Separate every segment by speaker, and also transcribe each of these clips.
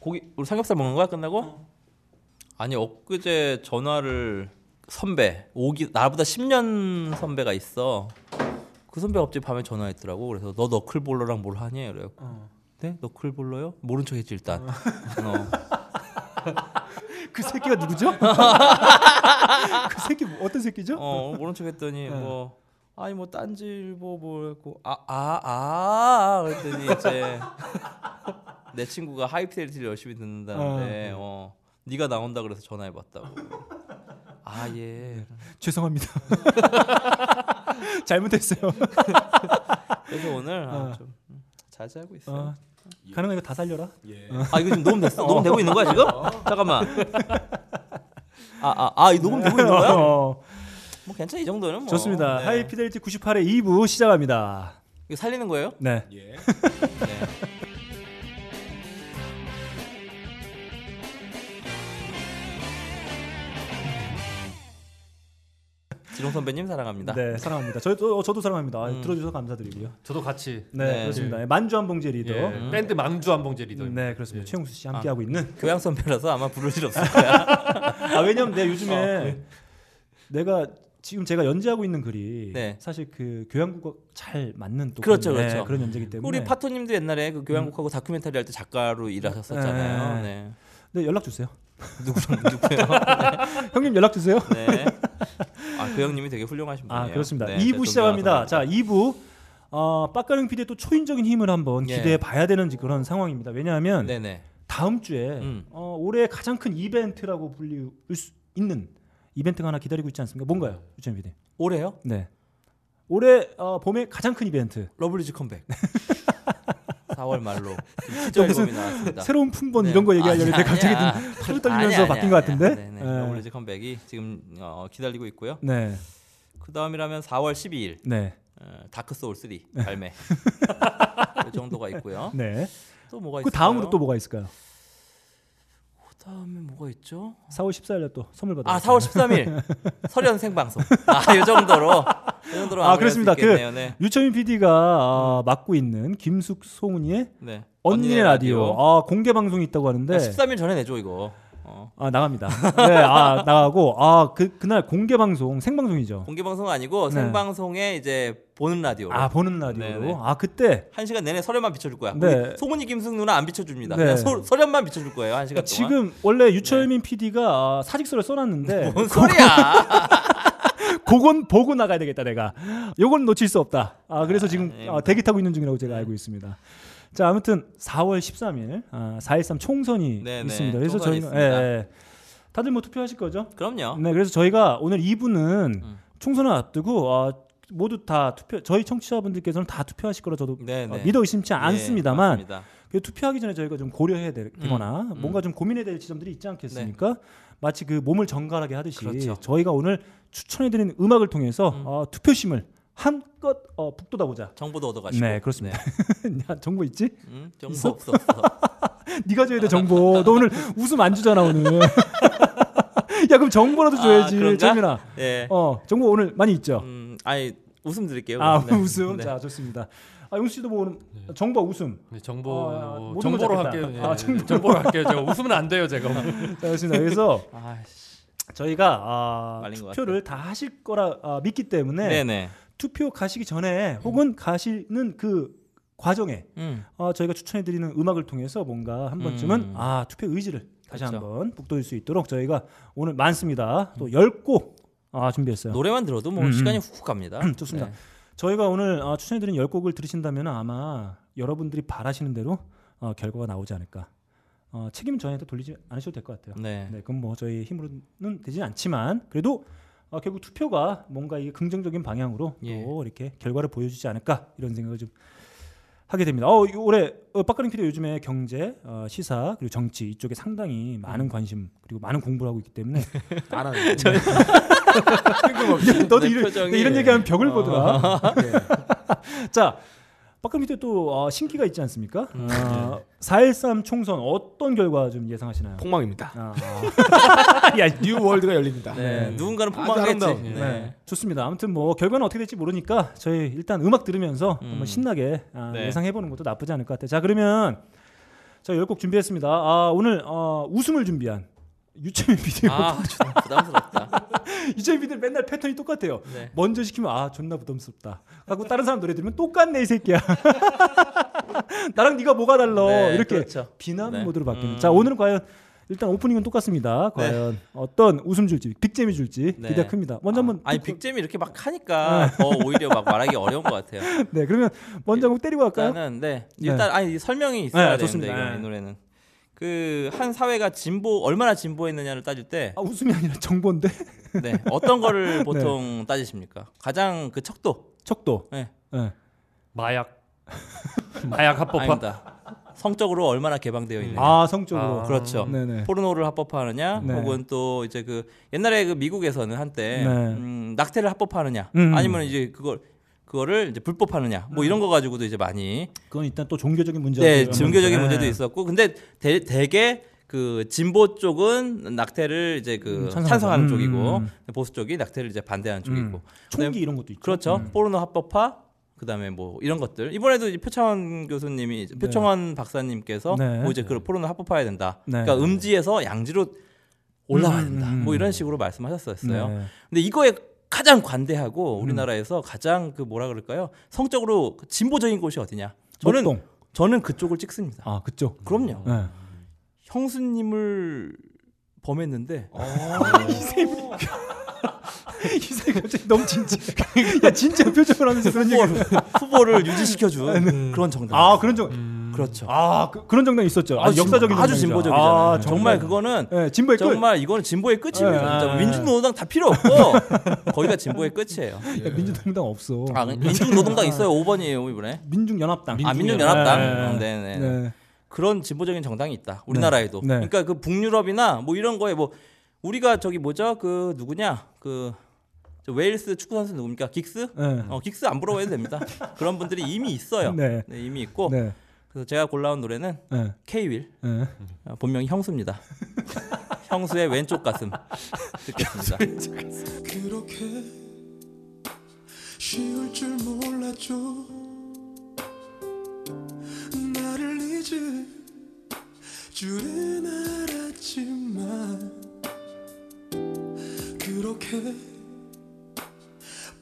Speaker 1: 고기 우리 삼겹살 먹는 거야 끝나고? 아니 엊그제 전화를 선배 오기 나보다 10년 선배가 있어. 그 선배 갑자기 밤에 전화했더라고. 그래서 너 너클볼러랑 뭘 하니? 그래요.
Speaker 2: 어.
Speaker 1: 네? 너클볼러요? 모른 척했지 일단. 어.
Speaker 2: 그 새끼가 누구죠? 그 새끼 뭐- 어떤 새끼죠?
Speaker 1: 어 모른 척했더니
Speaker 2: 네.
Speaker 1: 뭐 아니 뭐 딴질보 뭐고 아아아 아, 아, 그랬더니 이제 내 친구가 하이피델리티를 열심히 듣는다는데 어 네가 나온다 그래서 전화해봤다고 아예
Speaker 2: 죄송합니다. 잘못했어요.
Speaker 1: 그래서 오늘 아,
Speaker 2: 어.
Speaker 1: 좀 음, 자제하고 있어요
Speaker 2: 어. 가능한 이거 다 살려라.
Speaker 3: 예.
Speaker 1: 아 이거 지금 녹음 됐어 녹음 되고 있는 거야 지금 잠깐만 아아아 이 녹음 되고 있는 거야
Speaker 2: 어,
Speaker 1: 뭐 괜찮아 이 정도는 뭐
Speaker 2: 좋습니다.
Speaker 1: 네.
Speaker 2: 하이피델리티 98의 2부 시작합니다.
Speaker 1: 이거 살리는 거예요
Speaker 2: 네.
Speaker 3: 예.
Speaker 1: 네. 지롱 선배님 사랑합니다.
Speaker 2: 네, 사랑합니다. 저도 저도 사랑합니다. 아,
Speaker 1: 음.
Speaker 2: 들어주셔서 감사드리고요.
Speaker 3: 저도 같이
Speaker 2: 네,
Speaker 1: 네.
Speaker 2: 그렇습니다. 만주 한봉제 리더.
Speaker 3: 예.
Speaker 1: 음.
Speaker 3: 밴드 망주 한봉제 리더.
Speaker 2: 네, 그렇습니다.
Speaker 3: 예.
Speaker 2: 최용수 씨 함께 하고 있는.
Speaker 1: 교양 선배라서 아마 부를 일 없을 거야.
Speaker 2: 아, 네. 왜냐면 내가 요즘에 내가 지금 제가 연재하고 있는 글이
Speaker 1: 네.
Speaker 2: 사실 그 교양국어 잘 맞는 또
Speaker 1: 그렇죠,
Speaker 2: 그런,
Speaker 1: 그렇죠.
Speaker 2: 그런 연재기 때문에 음.
Speaker 1: 우리 파토님도 옛날에 그 교양국하고 다큐멘터리 할 때 작가로 일하셨었잖아요. 네.
Speaker 2: 네, 연락 주세요. 네.
Speaker 1: 누구랑 누구요?
Speaker 2: 형님 연락 주세요.
Speaker 1: 네. 아, 그 형님이 되게 훌륭하신 분이에요.
Speaker 2: 아 그렇습니다.
Speaker 1: 네,
Speaker 2: 2부
Speaker 1: 네,
Speaker 2: 시작합니다.
Speaker 1: 존경하는
Speaker 2: 자 2부 어, 빡가릉 PD의 또 초인적인 힘을 한번
Speaker 1: 예.
Speaker 2: 기대해 봐야 되는 그런 상황입니다. 왜냐하면
Speaker 1: 분이에요. 네네.
Speaker 2: 다음 주에
Speaker 1: 음.
Speaker 2: 어, 올해 가장 큰 이벤트라고 불릴 수 있는 이벤트가 하나 기다리고 있지 않습니까? 뭔가요, 유천 PD?
Speaker 1: 올해요?
Speaker 2: 네. 올해 어, 봄에 가장 큰 이벤트
Speaker 1: 러블리즈 컴백. 4월 말로
Speaker 2: 저
Speaker 1: 티저
Speaker 2: 무슨
Speaker 1: 앨범이 나왔습니다.
Speaker 2: 새로운 품번
Speaker 1: 네.
Speaker 2: 이런 거 얘기하려는데 갑자기
Speaker 1: 좀
Speaker 2: 팔을 떨리면서 바뀐 것 같은데?
Speaker 1: 네네.
Speaker 2: 예.
Speaker 1: 러블리즈 컴백이 지금 어, 기다리고 있고요.
Speaker 2: 네,
Speaker 1: 그 다음이라면 4월 12일
Speaker 2: 네,
Speaker 1: 어, 다크 소울 3 발매. 그 정도가 있고요.
Speaker 2: 네.
Speaker 1: 또 뭐가 있어요?
Speaker 2: 그 다음으로 또 뭐가 있을까요?
Speaker 1: 그 다음에 뭐가 있죠?
Speaker 2: 4월 14일에 또 선물 받아.
Speaker 1: 아 4월 13일 설현 생방송. 아이 정도로. 이 정도로
Speaker 2: 아
Speaker 1: 마무리할 수
Speaker 2: 그렇습니다. 그
Speaker 1: 있겠네요. 네.
Speaker 2: 유천민 PD가 아,
Speaker 1: 음.
Speaker 2: 맡고 있는 김숙 송은이의
Speaker 1: 네.
Speaker 2: 언니네 라디오, 아, 네. 공개 방송이 있다고 하는데
Speaker 1: 13일 전에 내줘 이거. 어.
Speaker 2: 아 나갑니다. 네, 아 나가고 아 그 그날 공개 방송 생방송이죠.
Speaker 1: 공개 방송 은 아니고
Speaker 2: 네.
Speaker 1: 생방송에 이제 보는 라디오.
Speaker 2: 아 보는 라디오로
Speaker 1: 네네.
Speaker 2: 아 그때
Speaker 1: 한 시간 내내 설현만 비춰줄 거야.
Speaker 2: 네.
Speaker 1: 우리 송은이 김승 누나 안 비춰줍니다.
Speaker 2: 네.
Speaker 1: 그냥 소, 설현만 비춰줄 거예요 한 시간 동안.
Speaker 2: 지금
Speaker 1: 네.
Speaker 2: 원래 유철민 PD가 아, 사직서를 써놨는데
Speaker 1: 뭔 소리야?
Speaker 2: 그건 보고 나가야 되겠다 내가 요건 놓칠 수 없다 아 그래서 지금
Speaker 1: 네.
Speaker 2: 아, 대기 타고 있는 중이라고 제가 알고 있습니다 자 아무튼 4월 13일 아, 4.13
Speaker 1: 네,
Speaker 2: 총선이
Speaker 1: 네.
Speaker 2: 있습니다 그래서
Speaker 1: 총선이
Speaker 2: 저희가
Speaker 1: 있습니다.
Speaker 2: 예, 예. 다들 뭐 투표하실 거죠
Speaker 1: 그럼요.
Speaker 2: 네 그래서 저희가 오늘 2부는
Speaker 1: 어? 음.
Speaker 2: 총선을 앞두고 아, 모두 다 투표 저희 청취자분들께서는 다 투표하실 거라 저도
Speaker 1: 네,
Speaker 2: 어,
Speaker 1: 네.
Speaker 2: 믿어 의심치 않습니다만
Speaker 1: 예, 맞습니다.
Speaker 2: 그 투표하기 전에 저희가 좀 고려해야 되- 되거나
Speaker 1: 음. 네.
Speaker 2: 뭔가 좀 고민해야 될 지점들이 있지 않겠습니까? 마치 그 몸을 정갈하게 하듯이
Speaker 1: 그렇죠.
Speaker 2: 저희가 오늘 추천해드리는 음악을 통해서 어, 투표심을 한껏 어, 북돋아보자.
Speaker 1: 정보도 얻어가시고.
Speaker 2: 네, 그렇습니다. 야, 정보 있지?
Speaker 1: 음,
Speaker 2: 있어?
Speaker 1: 정보 없어 없어.
Speaker 2: 네가 줘야 돼 정보. 너 오늘 웃음 안 주잖아 오늘. 야 그럼 정보라도
Speaker 1: 아,
Speaker 2: 줘야지
Speaker 1: 그런가?
Speaker 2: 재민아.
Speaker 1: 예.
Speaker 2: 어 정보 오늘 많이 있죠.
Speaker 1: 음, 아니 웃음 드릴게요.
Speaker 2: 아
Speaker 1: 그럼. 네.
Speaker 2: 웃음.
Speaker 1: 네.
Speaker 2: 자 좋습니다. 아 용수 씨도 뭐 오늘 정보 웃음.
Speaker 3: 네, 정보
Speaker 2: 아,
Speaker 3: 뭐
Speaker 2: 모든 걸
Speaker 3: 정보로
Speaker 2: 잡겠다.
Speaker 3: 할게요. 예,
Speaker 2: 아,
Speaker 3: 예,
Speaker 2: 정보로.
Speaker 3: 정보로 할게요. 제가 웃으면 안 돼요, 제가.
Speaker 2: 자, 그렇습니다. 그래서
Speaker 1: 아이씨.
Speaker 2: 저희가 아,
Speaker 1: 말린 것
Speaker 2: 투표를 다 하실 거라 아, 믿기 때문에
Speaker 1: 네네.
Speaker 2: 투표 가시기 전에 혹은 가시는 그 과정에
Speaker 1: 음.
Speaker 2: 어, 저희가 추천해드리는 음악을 통해서 뭔가 한 번쯤은
Speaker 1: 음.
Speaker 2: 아 투표 의지를 다시
Speaker 1: 그렇죠. 음.
Speaker 2: 한번 북돋을 수 있도록 저희가 오늘 많습니다. 또 열 곡 아, 준비했어요.
Speaker 1: 노래만 들어도 뭐
Speaker 2: 음, 음.
Speaker 1: 시간이 훅훅 갑니다.
Speaker 2: 좋습니다.
Speaker 1: 네.
Speaker 2: 저희가 오늘 아, 추천해드린 열 곡을 들으신다면 아마 여러분들이 바라시는 대로 어, 결과가 나오지 않을까. 어, 책임 저희한테 돌리지 않으셔도 될 것 같아요.
Speaker 1: 네.
Speaker 2: 네, 그건 뭐 저희 힘으로는 되진 않지만 그래도 어, 결국 투표가 뭔가 이게 긍정적인 방향으로
Speaker 1: 예.
Speaker 2: 또 이렇게 결과를 보여주지 않을까 이런 생각을 좀 하게 됩니다. 어, 이- 올해 어, 빡가는 피디 요즘에 경제, 어, 시사 그리고 정치 이쪽에 상당히 많은
Speaker 1: 음.
Speaker 2: 관심 그리고 많은 공부를 하고 있기 때문에
Speaker 3: 알아요.
Speaker 2: 너도
Speaker 1: 네. 내
Speaker 2: 이런,
Speaker 1: 표정이-
Speaker 2: 너 이런 얘기하면 벽을
Speaker 1: 어.
Speaker 2: 보더라.
Speaker 4: 네.
Speaker 2: 자, 빡가는 피디 또 어, 신기가 있지 않습니까?
Speaker 1: 음, 네.
Speaker 2: 어, 4.13 총선 어떤 결과 좀 예상하시나요?
Speaker 4: 폭망입니다.
Speaker 2: 아,
Speaker 4: 야, 뉴 월드가 열립니다.
Speaker 1: 네. 누군가는
Speaker 4: 아주
Speaker 1: 폭망했지.
Speaker 4: 아름다워.
Speaker 1: 네.
Speaker 2: 네. 좋습니다. 아무튼 뭐 결과는 어떻게 될지 모르니까 저희 일단 음악 들으면서
Speaker 1: 음.
Speaker 2: 한번 신나게 아,
Speaker 1: 네.
Speaker 2: 예상해보는 것도 나쁘지 않을 것 같아요. 자 그러면 자, 열 곡 준비했습니다. 아, 오늘 어, 웃음을 준비한 유채민 PD.
Speaker 1: 아 존나 부담스럽다.
Speaker 2: 유채민 PD 는 맨날 패턴이 똑같아요.
Speaker 1: 네.
Speaker 2: 먼저 시키면 아 존나 부담스럽다. 하고 다른 사람 노래 들으면 똑같네 이 새끼야. 나랑 네가 뭐가 달라
Speaker 1: 네,
Speaker 2: 이렇게
Speaker 1: 그렇죠.
Speaker 2: 비난
Speaker 1: 네.
Speaker 2: 모드로 바뀌는.
Speaker 1: 음.
Speaker 2: 자 오늘은 과연 일단 오프닝은 똑같습니다.
Speaker 1: 네.
Speaker 2: 과연 어떤 웃음 줄지 빅잼이 줄지
Speaker 1: 네.
Speaker 2: 기대가 큽니다. 먼저 한번
Speaker 1: 아니
Speaker 2: 듣고-
Speaker 1: 빅잼이 이렇게 막 하니까 더 오히려 막 말하기 어려운 것 같아요.
Speaker 2: 네 그러면 먼저 한번 때리고 갈까요?
Speaker 1: 일단은 네
Speaker 2: 네.
Speaker 1: 일단 아니 설명이 있어야
Speaker 2: 네,
Speaker 1: 되는데
Speaker 2: 좋습니다.
Speaker 1: 이거,
Speaker 2: 네.
Speaker 1: 이 노래는 그 한 사회가 진보 얼마나 진보했느냐를 따질 때
Speaker 2: 아 웃음이 아니라 정보인데
Speaker 1: 네, 어떤 거를 보통 따지십니까? 가장 그 척도
Speaker 2: 척도.
Speaker 1: 네.
Speaker 2: 네.
Speaker 3: 마약 마약 합법화
Speaker 1: 아닙니다. 성적으로 얼마나 개방되어 있느냐.
Speaker 2: 아 성적으로.
Speaker 3: 아.
Speaker 1: 네. 그렇죠.
Speaker 2: 네네.
Speaker 1: 포르노를 합법화하느냐,
Speaker 2: 네.
Speaker 1: 혹은 또 이제 그 옛날에 그 미국에서는 한때
Speaker 2: 네.
Speaker 1: 음, 낙태를 합법화하느냐,
Speaker 2: 음. 네.
Speaker 1: 아니면 이제 그걸 그거를 이제 불법하느냐, 뭐 이런 거 가지고도 이제 많이
Speaker 2: 그건 일단 또 종교적인 문제.
Speaker 1: 네, 종교적인 문제도 있었고, 근데 대, 대개 그 진보 쪽은 낙태를 이제 그
Speaker 2: 음, 찬성하죠.
Speaker 1: 찬성하는
Speaker 2: 음,
Speaker 1: 쪽이고
Speaker 2: 음.
Speaker 1: 보수 쪽이 낙태를 이제 반대하는 쪽이고
Speaker 2: 총기 이런 것도 있죠. 음.
Speaker 1: 그렇죠. 포르노 합법화 그다음에 뭐 이런 것들 이번에도 이제 표창원 교수님이 이제
Speaker 2: 네.
Speaker 1: 표창원 박사님께서
Speaker 2: 네.
Speaker 1: 뭐 이제 그 포르노 합법화해야 된다.
Speaker 2: 네.
Speaker 1: 그러니까 음지에서 양지로 올라와야
Speaker 2: 음,
Speaker 1: 된다.
Speaker 2: 음,
Speaker 1: 뭐
Speaker 2: 음.
Speaker 1: 이런 식으로 말씀하셨었어요.
Speaker 2: 네. 음.
Speaker 1: 근데 이거에 가장 관대하고 우리나라에서 가장 그 뭐라 그럴까요? 성적으로 진보적인 곳이 어디냐? 저는
Speaker 2: 목동.
Speaker 1: 저는 그쪽을 찍습니다.
Speaker 2: 아 그쪽.
Speaker 1: 그럼요.
Speaker 2: 네.
Speaker 1: 형수님을 범했는데
Speaker 2: 이사이 갑자기 너무 진지. 야 진짜 표정을 하면서 그런 얘기.
Speaker 1: 후보를, 후보를 네. 유지시켜준 그런 정당.
Speaker 2: 아 그런 정.
Speaker 3: 음.
Speaker 1: 그렇죠.
Speaker 2: 아 그, 런 정당 있었죠. 아주 역사적인
Speaker 1: 아주
Speaker 2: 정당이죠.
Speaker 1: 진보적이잖아요.
Speaker 2: 아,
Speaker 1: 정말 네, 그거는
Speaker 2: 예, 진보의 끝.
Speaker 1: 정말 이거는 진보의 끝입니다.
Speaker 2: 예,
Speaker 1: 진짜
Speaker 2: 예.
Speaker 1: 민주노동당 다 필요 없고 거기가 진보의 끝이에요.
Speaker 2: 야, 민주당당 없어.
Speaker 1: 네. 아, 민중노동당 있어요. 5번이에요 이번에.
Speaker 2: 민중연합당. 예,
Speaker 1: 아 민중연합당. 네네. 그런 진보적인 정당이 있다. 우리나라에도.
Speaker 2: 네.
Speaker 1: 그러니까 그 북유럽이나 뭐 이런 거에 뭐 우리가 저기 뭐죠 그 누구냐 그. 저 웨일스 축구 선수 누굽니까? 긱스?
Speaker 2: 네.
Speaker 1: 어, 긱스 안 부러워해도 됩니다. 그런 분들이 이미 있어요.
Speaker 2: 네.
Speaker 1: 네, 이미 있고.
Speaker 2: 네.
Speaker 1: 그래서 제가 골라온 노래는
Speaker 2: 네.
Speaker 1: 케이윌.
Speaker 2: 네.
Speaker 1: 어, 본명이 형수입니다. 형수의 왼쪽 가슴 듣겠습니다.
Speaker 5: 그렇게 쉬울 줄 몰랐죠 나를 잊을 줄은 알았지만 그렇게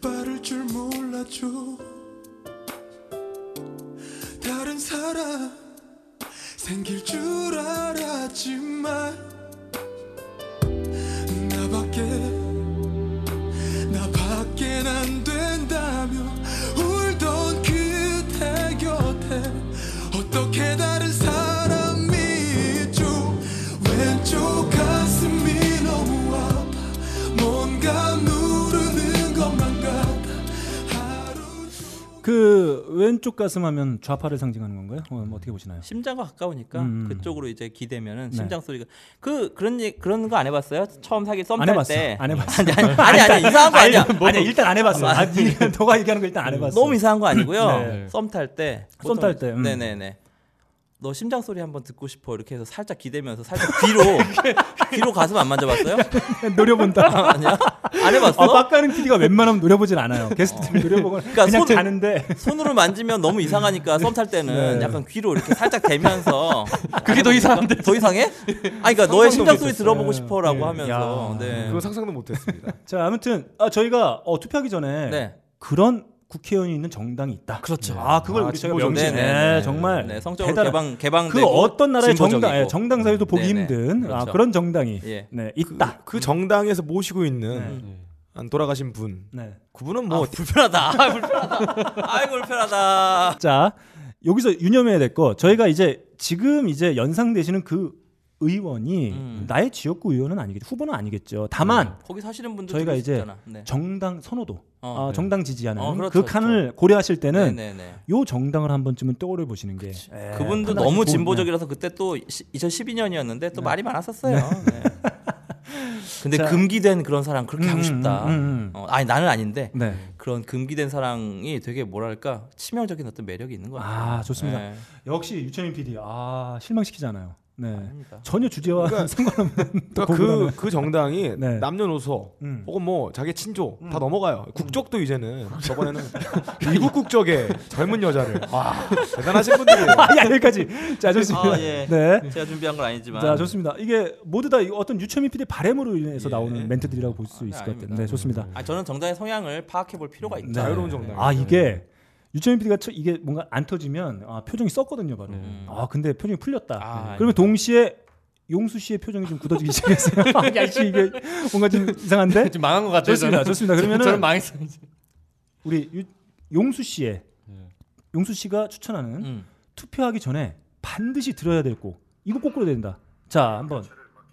Speaker 5: 빠를 줄 몰랐죠 다른 사람 생길 줄 알았지만 나밖에 나밖엔 안 된다며 울던 그대 곁에 어떻게 다른 사람이 있죠 왼쪽 가슴이 너무 아파 뭔가 누르는 것만 같아 하루
Speaker 2: 그 왼쪽 가슴 하면 좌파를 상징하는 건가요? 어, 뭐 어떻게 보시나요?
Speaker 1: 심장과 가까우니까
Speaker 2: 음.
Speaker 1: 그쪽으로 이제 기대면은
Speaker 2: 네.
Speaker 1: 심장 소리가 그 그런 얘- 그런 거 안 해봤어요? 처음 사귈
Speaker 2: 안 해봤어.
Speaker 1: 썸탈때
Speaker 2: 안 해봤어.
Speaker 1: 아니 아니 아니, 아니 이상한 거 아니야.
Speaker 2: 아니 일단 안 해봤어. 아, 니 너가 얘기하는 거 일단 안 해봤어.
Speaker 1: 너무 이상한 거 아니고요.
Speaker 3: 네.
Speaker 1: 썸 탈 때.
Speaker 2: 썸
Speaker 1: 보통-
Speaker 2: 탈 때, 음.
Speaker 1: 네네네. 너 심장 소리 한번 듣고 싶어 이렇게 해서 살짝 기대면서 살짝 뒤로 뒤로 가슴 안 만져봤어요?
Speaker 2: 노려본다.
Speaker 1: 아, 아니야? 안 해봤어?
Speaker 2: 아, 빡가는 PD가 웬만하면 노려보진 않아요. 게스트를 노려보거나
Speaker 1: 그러니까
Speaker 2: 그냥
Speaker 1: 손을-
Speaker 2: 자는데
Speaker 1: 손으로 만지면 너무 이상하니까 썸 탈 때는
Speaker 2: 네.
Speaker 1: 약간 귀로 이렇게 살짝 대면서
Speaker 3: 그게 더 이상한데
Speaker 1: 더 이상해? 아니 그러니까 너의 심장 소리
Speaker 3: 못했어요.
Speaker 1: 들어보고 싶어라고
Speaker 2: 네.
Speaker 1: 하면서
Speaker 2: 야.
Speaker 1: 네.
Speaker 4: 그거 상상도 못했습니다.
Speaker 2: 자 아무튼 아, 저희가 어, 투표하기 전에
Speaker 1: 네.
Speaker 2: 그런 국회의원이 있는 정당이 있다.
Speaker 1: 그렇죠.
Speaker 2: 아 그걸
Speaker 3: 아,
Speaker 2: 우리 저희가
Speaker 3: 진보적.
Speaker 2: 명시.
Speaker 1: 네, 네,
Speaker 2: 네,
Speaker 1: 네.
Speaker 2: 정말
Speaker 1: 네, 성적으로
Speaker 2: 대단한-
Speaker 1: 개방 개방되고
Speaker 2: 그 어떤 나라의 정당,
Speaker 1: 진보적이고. 음,
Speaker 2: 예, 정당 사회도 보기
Speaker 1: 네네.
Speaker 2: 힘든 아,
Speaker 1: 그렇죠.
Speaker 2: 그런 정당이
Speaker 1: 예.
Speaker 2: 네, 있다.
Speaker 4: 그 정당에서 모시고 있는 안 돌아가신 분,
Speaker 2: 네.
Speaker 4: 그분은
Speaker 1: 뭐
Speaker 4: 뭐
Speaker 1: 불편하다. 아, 불편하다. 아이고 불편하다.
Speaker 2: 자 여기서 유념해야 될 거 저희가 이제 지금 이제 연상되시는 그 의원이
Speaker 1: 음.
Speaker 2: 나의 지역구 의원은 아니겠죠. 후보는 아니겠죠. 다만
Speaker 1: 거기 사시는 분들
Speaker 2: 저희가 이제
Speaker 1: 있잖아. 네.
Speaker 2: 정당 선호도,
Speaker 1: 어,
Speaker 2: 아,
Speaker 1: 네.
Speaker 2: 정당 지지하는
Speaker 1: 어, 그렇죠,
Speaker 2: 그 칸을 고려하실 때는
Speaker 1: 네네네.
Speaker 2: 요 정당을 한 번쯤은 떠올려 보시는 게 예,
Speaker 1: 그분도
Speaker 2: 판단하기
Speaker 1: 너무
Speaker 2: 좋은-
Speaker 1: 진보적이라서 그때 또 2012년이었는데 또 말이 많았었어요. 네. 근데
Speaker 2: 자.
Speaker 1: 금기된 그런 사랑 그렇게 하고
Speaker 2: 음,
Speaker 1: 싶다.
Speaker 2: 음, 음, 음.
Speaker 1: 어, 아니 나는 아닌데
Speaker 2: 네.
Speaker 1: 그런 금기된 사랑이 되게 뭐랄까 치명적인 어떤 매력이 있는 것 같아요.
Speaker 2: 아, 좋습니다.
Speaker 1: 네.
Speaker 2: 역시 유채민 PD 아 실망시키지 않아요. 네.
Speaker 1: 아닙니다.
Speaker 2: 전혀 주제와
Speaker 4: 그러니까-
Speaker 2: 상관없는
Speaker 4: 그러니까 그, 그 정당이
Speaker 2: 네.
Speaker 4: 남녀노소
Speaker 2: 음.
Speaker 4: 혹은 뭐 자기 친족 다 넘어가요. 국적도 이제는 저번에는 미국 국적의 젊은 여자를 와 대단하신 분들이에요.
Speaker 2: 아, 야, 여기까지. 자, 좋습니다.
Speaker 1: 아, 예.
Speaker 2: 네.
Speaker 1: 제가 준비한 건 아니지만
Speaker 2: 자, 좋습니다. 이게 모두 다 이거 어떤 유채민 PD의 바램으로 인해서
Speaker 4: 예.
Speaker 2: 나오는 멘트들이라고 볼
Speaker 1: 아,
Speaker 2: 수
Speaker 1: 네,
Speaker 2: 있을 것 같아요.
Speaker 1: 아닙니다.
Speaker 2: 네, 좋습니다.
Speaker 1: 아, 저는 정당의 성향을 파악해 볼 필요가 있다.
Speaker 2: 네.
Speaker 4: 자유로운 정당.
Speaker 2: 아, 이게
Speaker 1: 네.
Speaker 2: 유채민 PD가 이게 뭔가 안 터지면 아, 표정이 썼거든요, 바로.
Speaker 1: 음.
Speaker 3: 네.
Speaker 2: 아, 근데 표정이 풀렸다.
Speaker 1: 아,
Speaker 2: 그러면 동시에 용수 씨의 표정이 좀 굳어지기 시작했어요. 야, 씨, 이게 뭔가 좀 이상한데?
Speaker 3: 지금 망한 것 같아요.
Speaker 2: 좋습니다. 좋습니다.
Speaker 3: 저는, 저는
Speaker 2: 그러면은
Speaker 3: 망했어요. 이제.
Speaker 2: 우리 유, 용수 씨의
Speaker 3: 네.
Speaker 2: 용수 씨가 추천하는
Speaker 1: 음.
Speaker 2: 투표하기 전에 반드시 들어야 될 곡. 이거 꼭 들어야 된다. 자, 한번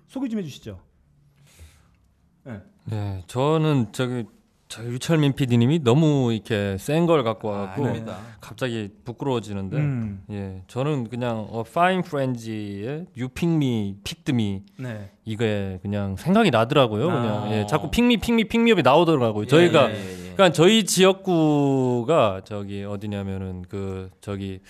Speaker 2: 소개 좀 해주시죠.
Speaker 3: 네, 저는 저기 저 유철민 PD님이 너무 이렇게 센 걸 갖고
Speaker 1: 아,
Speaker 3: 와갖고
Speaker 1: 아닙니다.
Speaker 3: 갑자기 부끄러워지는데.
Speaker 2: 음,
Speaker 3: 예, 저는 그냥 어, Fine Frenzy의 You Pick Me, Pick the Me
Speaker 2: 네.
Speaker 3: 이게 그냥 생각이 나더라고요.
Speaker 1: 아.
Speaker 3: 그냥 예, 자꾸 Pick Me, Pick Me, Pick Me업이 나오더라고요.
Speaker 1: 예,
Speaker 3: 그 저희가
Speaker 1: 예, 예, 예.
Speaker 3: 그러니까 저희 지역구가 저기 어디냐면은 그 저기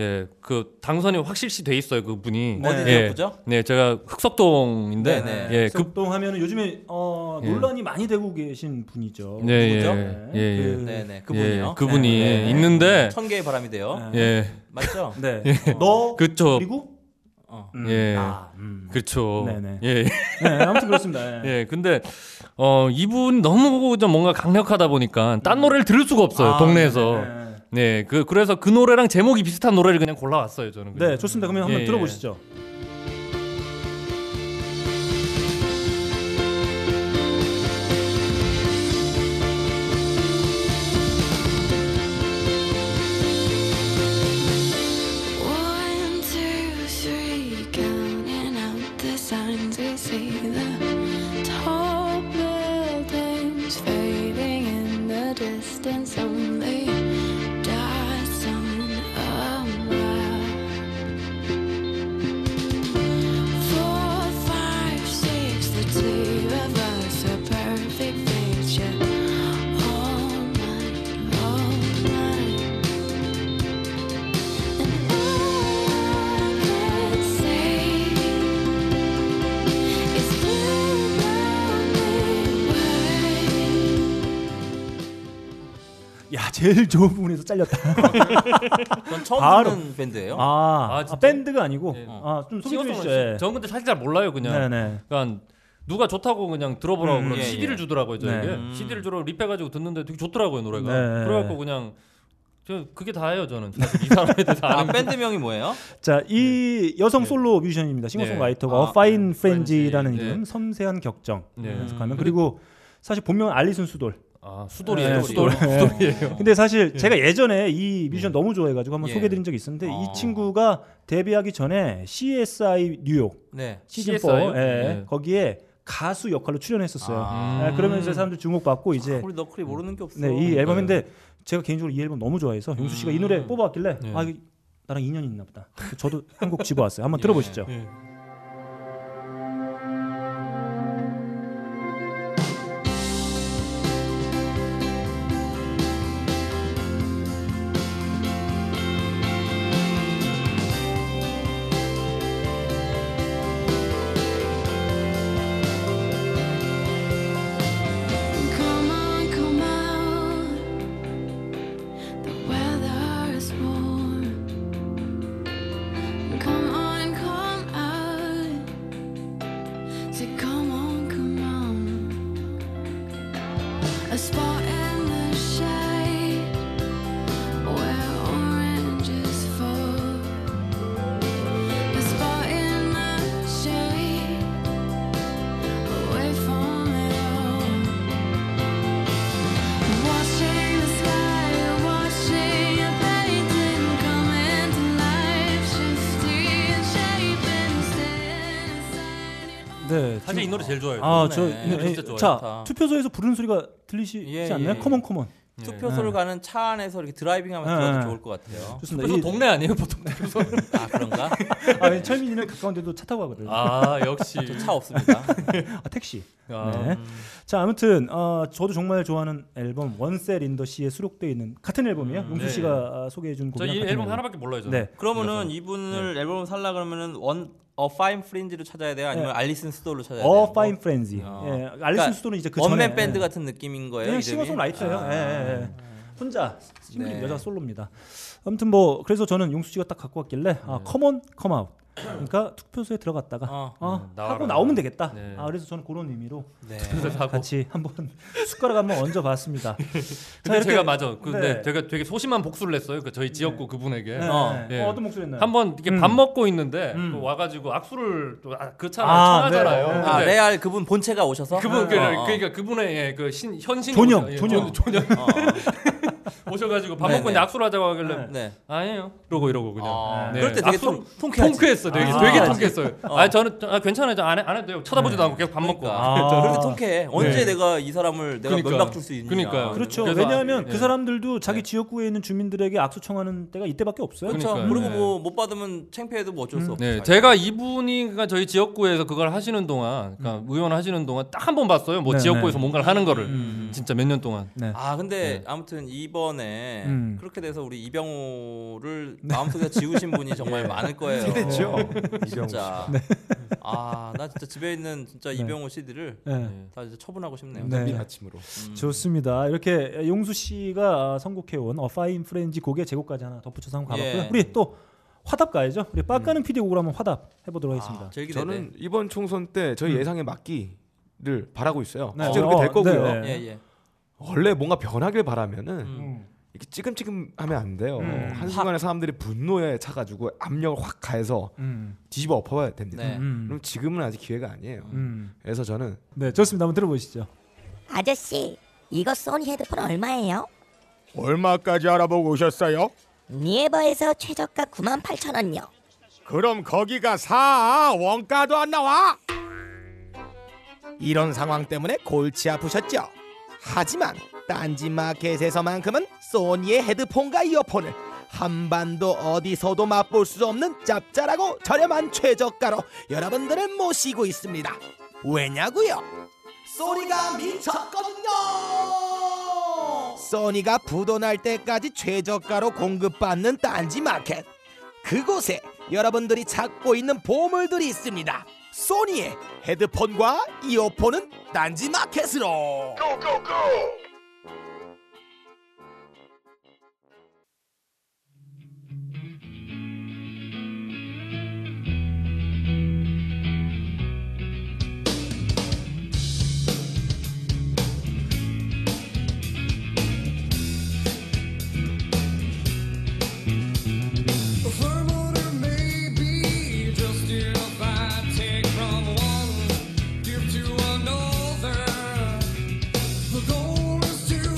Speaker 3: 예 그 당선이 확실시 돼 있어요 그분이
Speaker 1: 어디
Speaker 2: 네.
Speaker 3: 예,
Speaker 1: 지역구죠?
Speaker 3: 네 제가 흑석동인데
Speaker 1: 네네.
Speaker 3: 예, 그,
Speaker 2: 급동하면 요즘에 어,
Speaker 3: 예.
Speaker 2: 논란이 많이 되고 계신 분이죠.
Speaker 3: 네, 예,
Speaker 1: 누구죠?
Speaker 3: 예, 예,
Speaker 2: 그-
Speaker 1: 네, 네.
Speaker 3: 예,
Speaker 1: 그분이요.
Speaker 3: 그분이
Speaker 1: 네, 음, 네, 네.
Speaker 3: 있는데
Speaker 1: 천 개의 바람이 돼요.
Speaker 2: 네.
Speaker 3: 예
Speaker 1: 맞죠?
Speaker 2: 네. 너
Speaker 3: 그쵸
Speaker 2: 그리고
Speaker 1: 어.
Speaker 2: 음,
Speaker 3: 예.
Speaker 2: 아, 음.
Speaker 3: 그쵸
Speaker 2: 네네.
Speaker 3: 예
Speaker 2: 네, 아무튼 그렇습니다. 예.
Speaker 3: 예, 근데 어 이분 너무 좀 뭔가 강력하다 보니까 딴 노래를 들을 수가 없어요
Speaker 1: 음. 아,
Speaker 3: 동네에서.
Speaker 2: 네.
Speaker 3: 네, 그 그래서 그 노래랑 제목이 비슷한 노래를 그냥 골라왔어요 저는.
Speaker 2: 네, 좋습니다. 그러면 한번
Speaker 3: 예,
Speaker 2: 들어보시죠.
Speaker 6: One, two, three, counting out the signs we see. The tall buildings fading in the distance, only dots on a map. Four, five, six, the two of us, a perfect picture. All night, all night. And all I can say is blue mountain way.
Speaker 2: 야, 제일 좋은 부분에서 잘렸다.
Speaker 1: 전 처음
Speaker 2: 바로.
Speaker 1: 듣는 밴드예요.
Speaker 2: 아,
Speaker 3: 아,
Speaker 2: 아,
Speaker 3: 진짜?
Speaker 2: 밴드가 아니고
Speaker 3: 예.
Speaker 2: 아, 좀 소개 좀
Speaker 3: 싱어송라이터.
Speaker 2: 해주시죠. 예.
Speaker 3: 전 근데 사실 잘 몰라요 그냥.
Speaker 2: 네, 네.
Speaker 3: 그러니까 누가 좋다고 그냥 들어보라고
Speaker 2: 음,
Speaker 3: 그런
Speaker 1: 예,
Speaker 3: CD를
Speaker 1: 예.
Speaker 3: 주더라고요 저에게.
Speaker 2: 네.
Speaker 1: 음.
Speaker 3: CD를 주라고 립해가지고 듣는데 되게 좋더라고요 노래가.
Speaker 2: 네.
Speaker 3: 그래갖고 그냥 저 그게 다예요 저는. 사실 이 사람에 대해서
Speaker 1: 아,
Speaker 3: 아는
Speaker 1: 밴드 명이 뭐예요?
Speaker 2: 자, 이 여성
Speaker 3: 네.
Speaker 2: 솔로 뮤지션입니다. 싱어송라이터가
Speaker 1: 네. 아,
Speaker 2: 파인
Speaker 1: 네.
Speaker 3: 예.
Speaker 2: 프렌지라는
Speaker 3: 프렌지.
Speaker 2: 이름, 섬세한 격정.
Speaker 3: 네.
Speaker 2: 연습하면 그리고 사실 본명은 알리슨 수돌.
Speaker 3: 아
Speaker 2: 네,
Speaker 3: 수돌이에요
Speaker 2: 수돌.
Speaker 3: 수돌. 수돌이에요.
Speaker 2: 근데 사실 제가 예전에 이 뮤지션 너무 좋아해가지고 한번
Speaker 1: 예.
Speaker 2: 소개드린 적이 있었는데
Speaker 1: 어.
Speaker 3: 아.
Speaker 2: 이 친구가 데뷔하기 전에 CSI 뉴욕
Speaker 1: 네.
Speaker 2: 시즌
Speaker 3: CSI 요?
Speaker 2: 4 예,
Speaker 3: 네.
Speaker 2: 거기에 가수 역할로 출연했었어요.
Speaker 1: 아.
Speaker 2: 예,
Speaker 3: 음.
Speaker 2: 그러면서 사람들 주목받고 이제
Speaker 1: 우리 너클이 모르는 게 없어.
Speaker 2: 네, 이 앨범인데 제가 개인적으로 이 앨범 너무 좋아해서 용수 씨가 이 노래 뽑아왔길래
Speaker 3: 네.
Speaker 2: 아 이거 나랑 인연이 있나 보다. 저도 한 곡 집어왔어요. 한번 들어보시죠.
Speaker 3: 예.
Speaker 6: Come on, come out. The weather is warm. Come on, come out. Say, come on, come on. A spot in the shade where oranges fall. A spot in the shade away from it all. Watching the sky, watching a painting come into life, shifting shape and standing.
Speaker 2: 네,
Speaker 3: 사실 이 노래 제일 좋아해요.
Speaker 2: 아,
Speaker 1: 좋네.
Speaker 2: 저
Speaker 1: 이 노래
Speaker 2: 예,
Speaker 3: 진짜
Speaker 2: 자,
Speaker 1: 좋아요.
Speaker 2: 투표소에서 부르는 소리가 들리시지
Speaker 1: 예, 예,
Speaker 2: 않나요?
Speaker 1: 예.
Speaker 2: 커먼 커먼.
Speaker 1: 투표소를 가는 차 안에서 이렇게 드라이빙하면서
Speaker 2: 네.
Speaker 1: 들어도 좋을 것 같아요.
Speaker 2: 좋습니다.
Speaker 3: 그래서
Speaker 2: 이-
Speaker 3: 동네 아니에요 보통 투표소.
Speaker 1: 아 그런가?
Speaker 2: 아, 왜 철민이는 가까운 데도 차 타고 가거든요. 아,
Speaker 3: 아 역시.
Speaker 1: 저 차 없습니다.
Speaker 2: 택시.
Speaker 3: 아.
Speaker 2: 네.
Speaker 1: 음.
Speaker 2: 자, 아무튼 어, 저도 정말 좋아하는 앨범 원셀 인더 씨에 수록되어 있는 같은 앨범이에요.
Speaker 1: 음,
Speaker 2: 용수
Speaker 3: 네.
Speaker 2: 씨가 소개해 준 곡이랑
Speaker 3: 저이
Speaker 2: 같은
Speaker 3: 앨범 하나밖에 몰라요 저는.
Speaker 2: 네.
Speaker 1: 그러면은 이분을 앨범 살라 그러면은 원 어 파인 프린지로 찾아야 돼요? 아니면
Speaker 2: 네.
Speaker 1: 알리슨 스돌로 찾아야 돼요?
Speaker 2: 어 파인 프렌즈.
Speaker 1: 어.
Speaker 2: 예.
Speaker 1: 네, 그러니까
Speaker 2: 알리슨 스톤은 이제 그 전에
Speaker 1: 원맨 밴드
Speaker 3: 네.
Speaker 2: 예.
Speaker 1: 같은 느낌인 거예요.
Speaker 2: 그냥
Speaker 1: 이름이?
Speaker 2: 싱어송라이터예요.
Speaker 1: 아.
Speaker 2: 예, 예, 예. 혼자 싱글
Speaker 1: 네.
Speaker 2: 여자 솔로입니다. 아무튼 뭐 그래서 저는 용수 씨가 딱 갖고 왔길래 아
Speaker 3: 네.
Speaker 2: 컴온 컴아웃. 그러니까 투표소에 들어갔다가
Speaker 1: 어.
Speaker 2: 어,
Speaker 3: 음,
Speaker 2: 하고
Speaker 3: 나와라.
Speaker 2: 나오면 되겠다.
Speaker 3: 네. 어.
Speaker 2: 아 그래서 저는 그런 의미로
Speaker 1: 네.
Speaker 2: 같이 한번 숟가락 한번 얹어봤습니다.
Speaker 3: 근데 제가 맞아. 근데
Speaker 2: 네.
Speaker 3: 제가 되게 소심한 복수를 했어요. 그 저희 지역구 그분에게.
Speaker 2: 네.
Speaker 1: 어,
Speaker 2: 어,
Speaker 3: 예.
Speaker 2: 어떤 목소리 했나요?
Speaker 3: 한번 이렇게
Speaker 2: 음.
Speaker 3: 밥 먹고 있는데
Speaker 2: 음.
Speaker 3: 또 와가지고 악수를 또그 차를
Speaker 2: 아,
Speaker 3: 청하잖아요.
Speaker 2: 네.
Speaker 1: 아
Speaker 3: 근데
Speaker 1: 레알 그분 본체가 오셔서
Speaker 3: 그분 그,
Speaker 1: 어, 어.
Speaker 3: 그러니까 그분의 예, 그 신, 현신
Speaker 2: 존영,
Speaker 3: 예,
Speaker 2: 존영.
Speaker 3: 존영
Speaker 1: 어,
Speaker 3: 오셔가지고 밥
Speaker 1: 네,
Speaker 3: 먹고
Speaker 1: 네.
Speaker 3: 이제 악수를 하자고 하길래
Speaker 2: 네.
Speaker 1: 어. 네.
Speaker 3: 아니에요. 이러고 이러고 그냥.
Speaker 1: 어,
Speaker 3: 네.
Speaker 1: 그럴 때 되게
Speaker 3: 악수를-
Speaker 1: 통, 통쾌하지.
Speaker 3: 통쾌했어, 되게
Speaker 2: 아,
Speaker 3: 되게
Speaker 2: 아,
Speaker 3: 통쾌했어요. 아 저는 저- 아, 괜찮아요, 저안안 해도 돼요. 쳐다보지도 않고 계속 밥 먹고.
Speaker 1: 그러니까.
Speaker 2: 아.
Speaker 1: 그럴 때 통쾌해. 언제
Speaker 3: 네.
Speaker 1: 내가 이 사람을 내가
Speaker 3: 그러니까.
Speaker 1: 면박 줄 수 있느냐.
Speaker 3: 그러니까요.
Speaker 2: 그렇죠.
Speaker 3: 그래서-
Speaker 2: 왜냐하면
Speaker 3: 네.
Speaker 2: 그 사람들도 자기
Speaker 1: 네.
Speaker 2: 지역구에 있는 주민들에게 악수 청하는 때가 이때밖에 없어요.
Speaker 1: 그렇죠.
Speaker 3: 그러니까요.
Speaker 1: 그리고
Speaker 3: 네.
Speaker 1: 뭐 못 받으면 창피해도 뭐 어쩔 수 없죠.
Speaker 3: 네, 제가 이분이 그러니까 저희 지역구에서 그걸 하시는 동안, 그러니까 의원 하시는 동안 딱 한 번 봤어요. 뭐
Speaker 2: 네,
Speaker 3: 지역구에서 뭔가를 하는 거를
Speaker 1: 음.
Speaker 3: 진짜 몇 년 동안.
Speaker 2: 네.
Speaker 1: 아 근데 아무튼 이번에
Speaker 2: 음. 네.
Speaker 1: 그렇게 돼서 우리 이병호를 마음속에 지우신 분이 정말 많을 거예요.
Speaker 4: 세대죠. 이병호 씨.
Speaker 1: 진짜.
Speaker 2: 네.
Speaker 1: 아나 진짜 집에 있는 진짜 이병호 CD를
Speaker 2: 네.
Speaker 1: 다 이제 처분하고 싶네요. 음.
Speaker 2: 네.
Speaker 4: 내일 아침으로.
Speaker 2: 좋습니다. 이렇게 용수 씨가 선곡해온 어 파인 프렌지 곡의 제곡까지 하나 덧붙여서 한번 가봤고요.
Speaker 1: 예. 음.
Speaker 2: 우리 또 화답 가야죠. 우리 빠까는 피디 곡으로 한번 화답 해보도록 하겠습니다.
Speaker 1: 아, 제일 기대돼.
Speaker 4: 저는 이번 총선 때 저희 예상에 맞기를 바라고 있어요.
Speaker 2: 음. 네.
Speaker 4: 실제로
Speaker 2: 어,
Speaker 4: 그렇게 될 거고요.
Speaker 2: 네, 네.
Speaker 1: 예 예.
Speaker 4: 원래 뭔가 변하길 바라면은
Speaker 1: 음.
Speaker 4: 이렇게 찌금찌금하면 안 돼요.
Speaker 2: 음.
Speaker 4: 한 순간에 사람들이 분노에 차가지고 압력을 확 가해서
Speaker 2: 음.
Speaker 4: 뒤집어 엎어야 됩니다.
Speaker 1: 네.
Speaker 2: 음.
Speaker 4: 그럼 지금은 아직 기회가 아니에요.
Speaker 2: 음.
Speaker 4: 그래서 저는
Speaker 2: 네, 좋습니다. 한번 들어보시죠.
Speaker 7: 아저씨, 이거 소니 헤드폰 얼마예요?
Speaker 8: 얼마까지 알아보고 오셨어요?
Speaker 7: 니에버에서 최저가 98,000원요.
Speaker 8: 그럼 거기가 사 원가도 안 나와. 이런 상황 때문에 골치 아프셨죠? 하지만 딴지마켓에서만큼은 소니의 헤드폰과 이어폰을 한반도 어디서도 맛볼 수 없는 짭짤하고 저렴한 최저가로 여러분들을 모시고 있습니다. 왜냐고요? 소니가 미쳤거든요. 소니가 부도날 때까지 최저가로 공급받는 딴지 마켓. 그곳에 여러분들이 찾고 있는 보물들이 있습니다. 소니의 헤드폰과 이어폰은 딴지 마켓으로.
Speaker 5: Thermometer maybe just if I take from one, give to another. The goal is to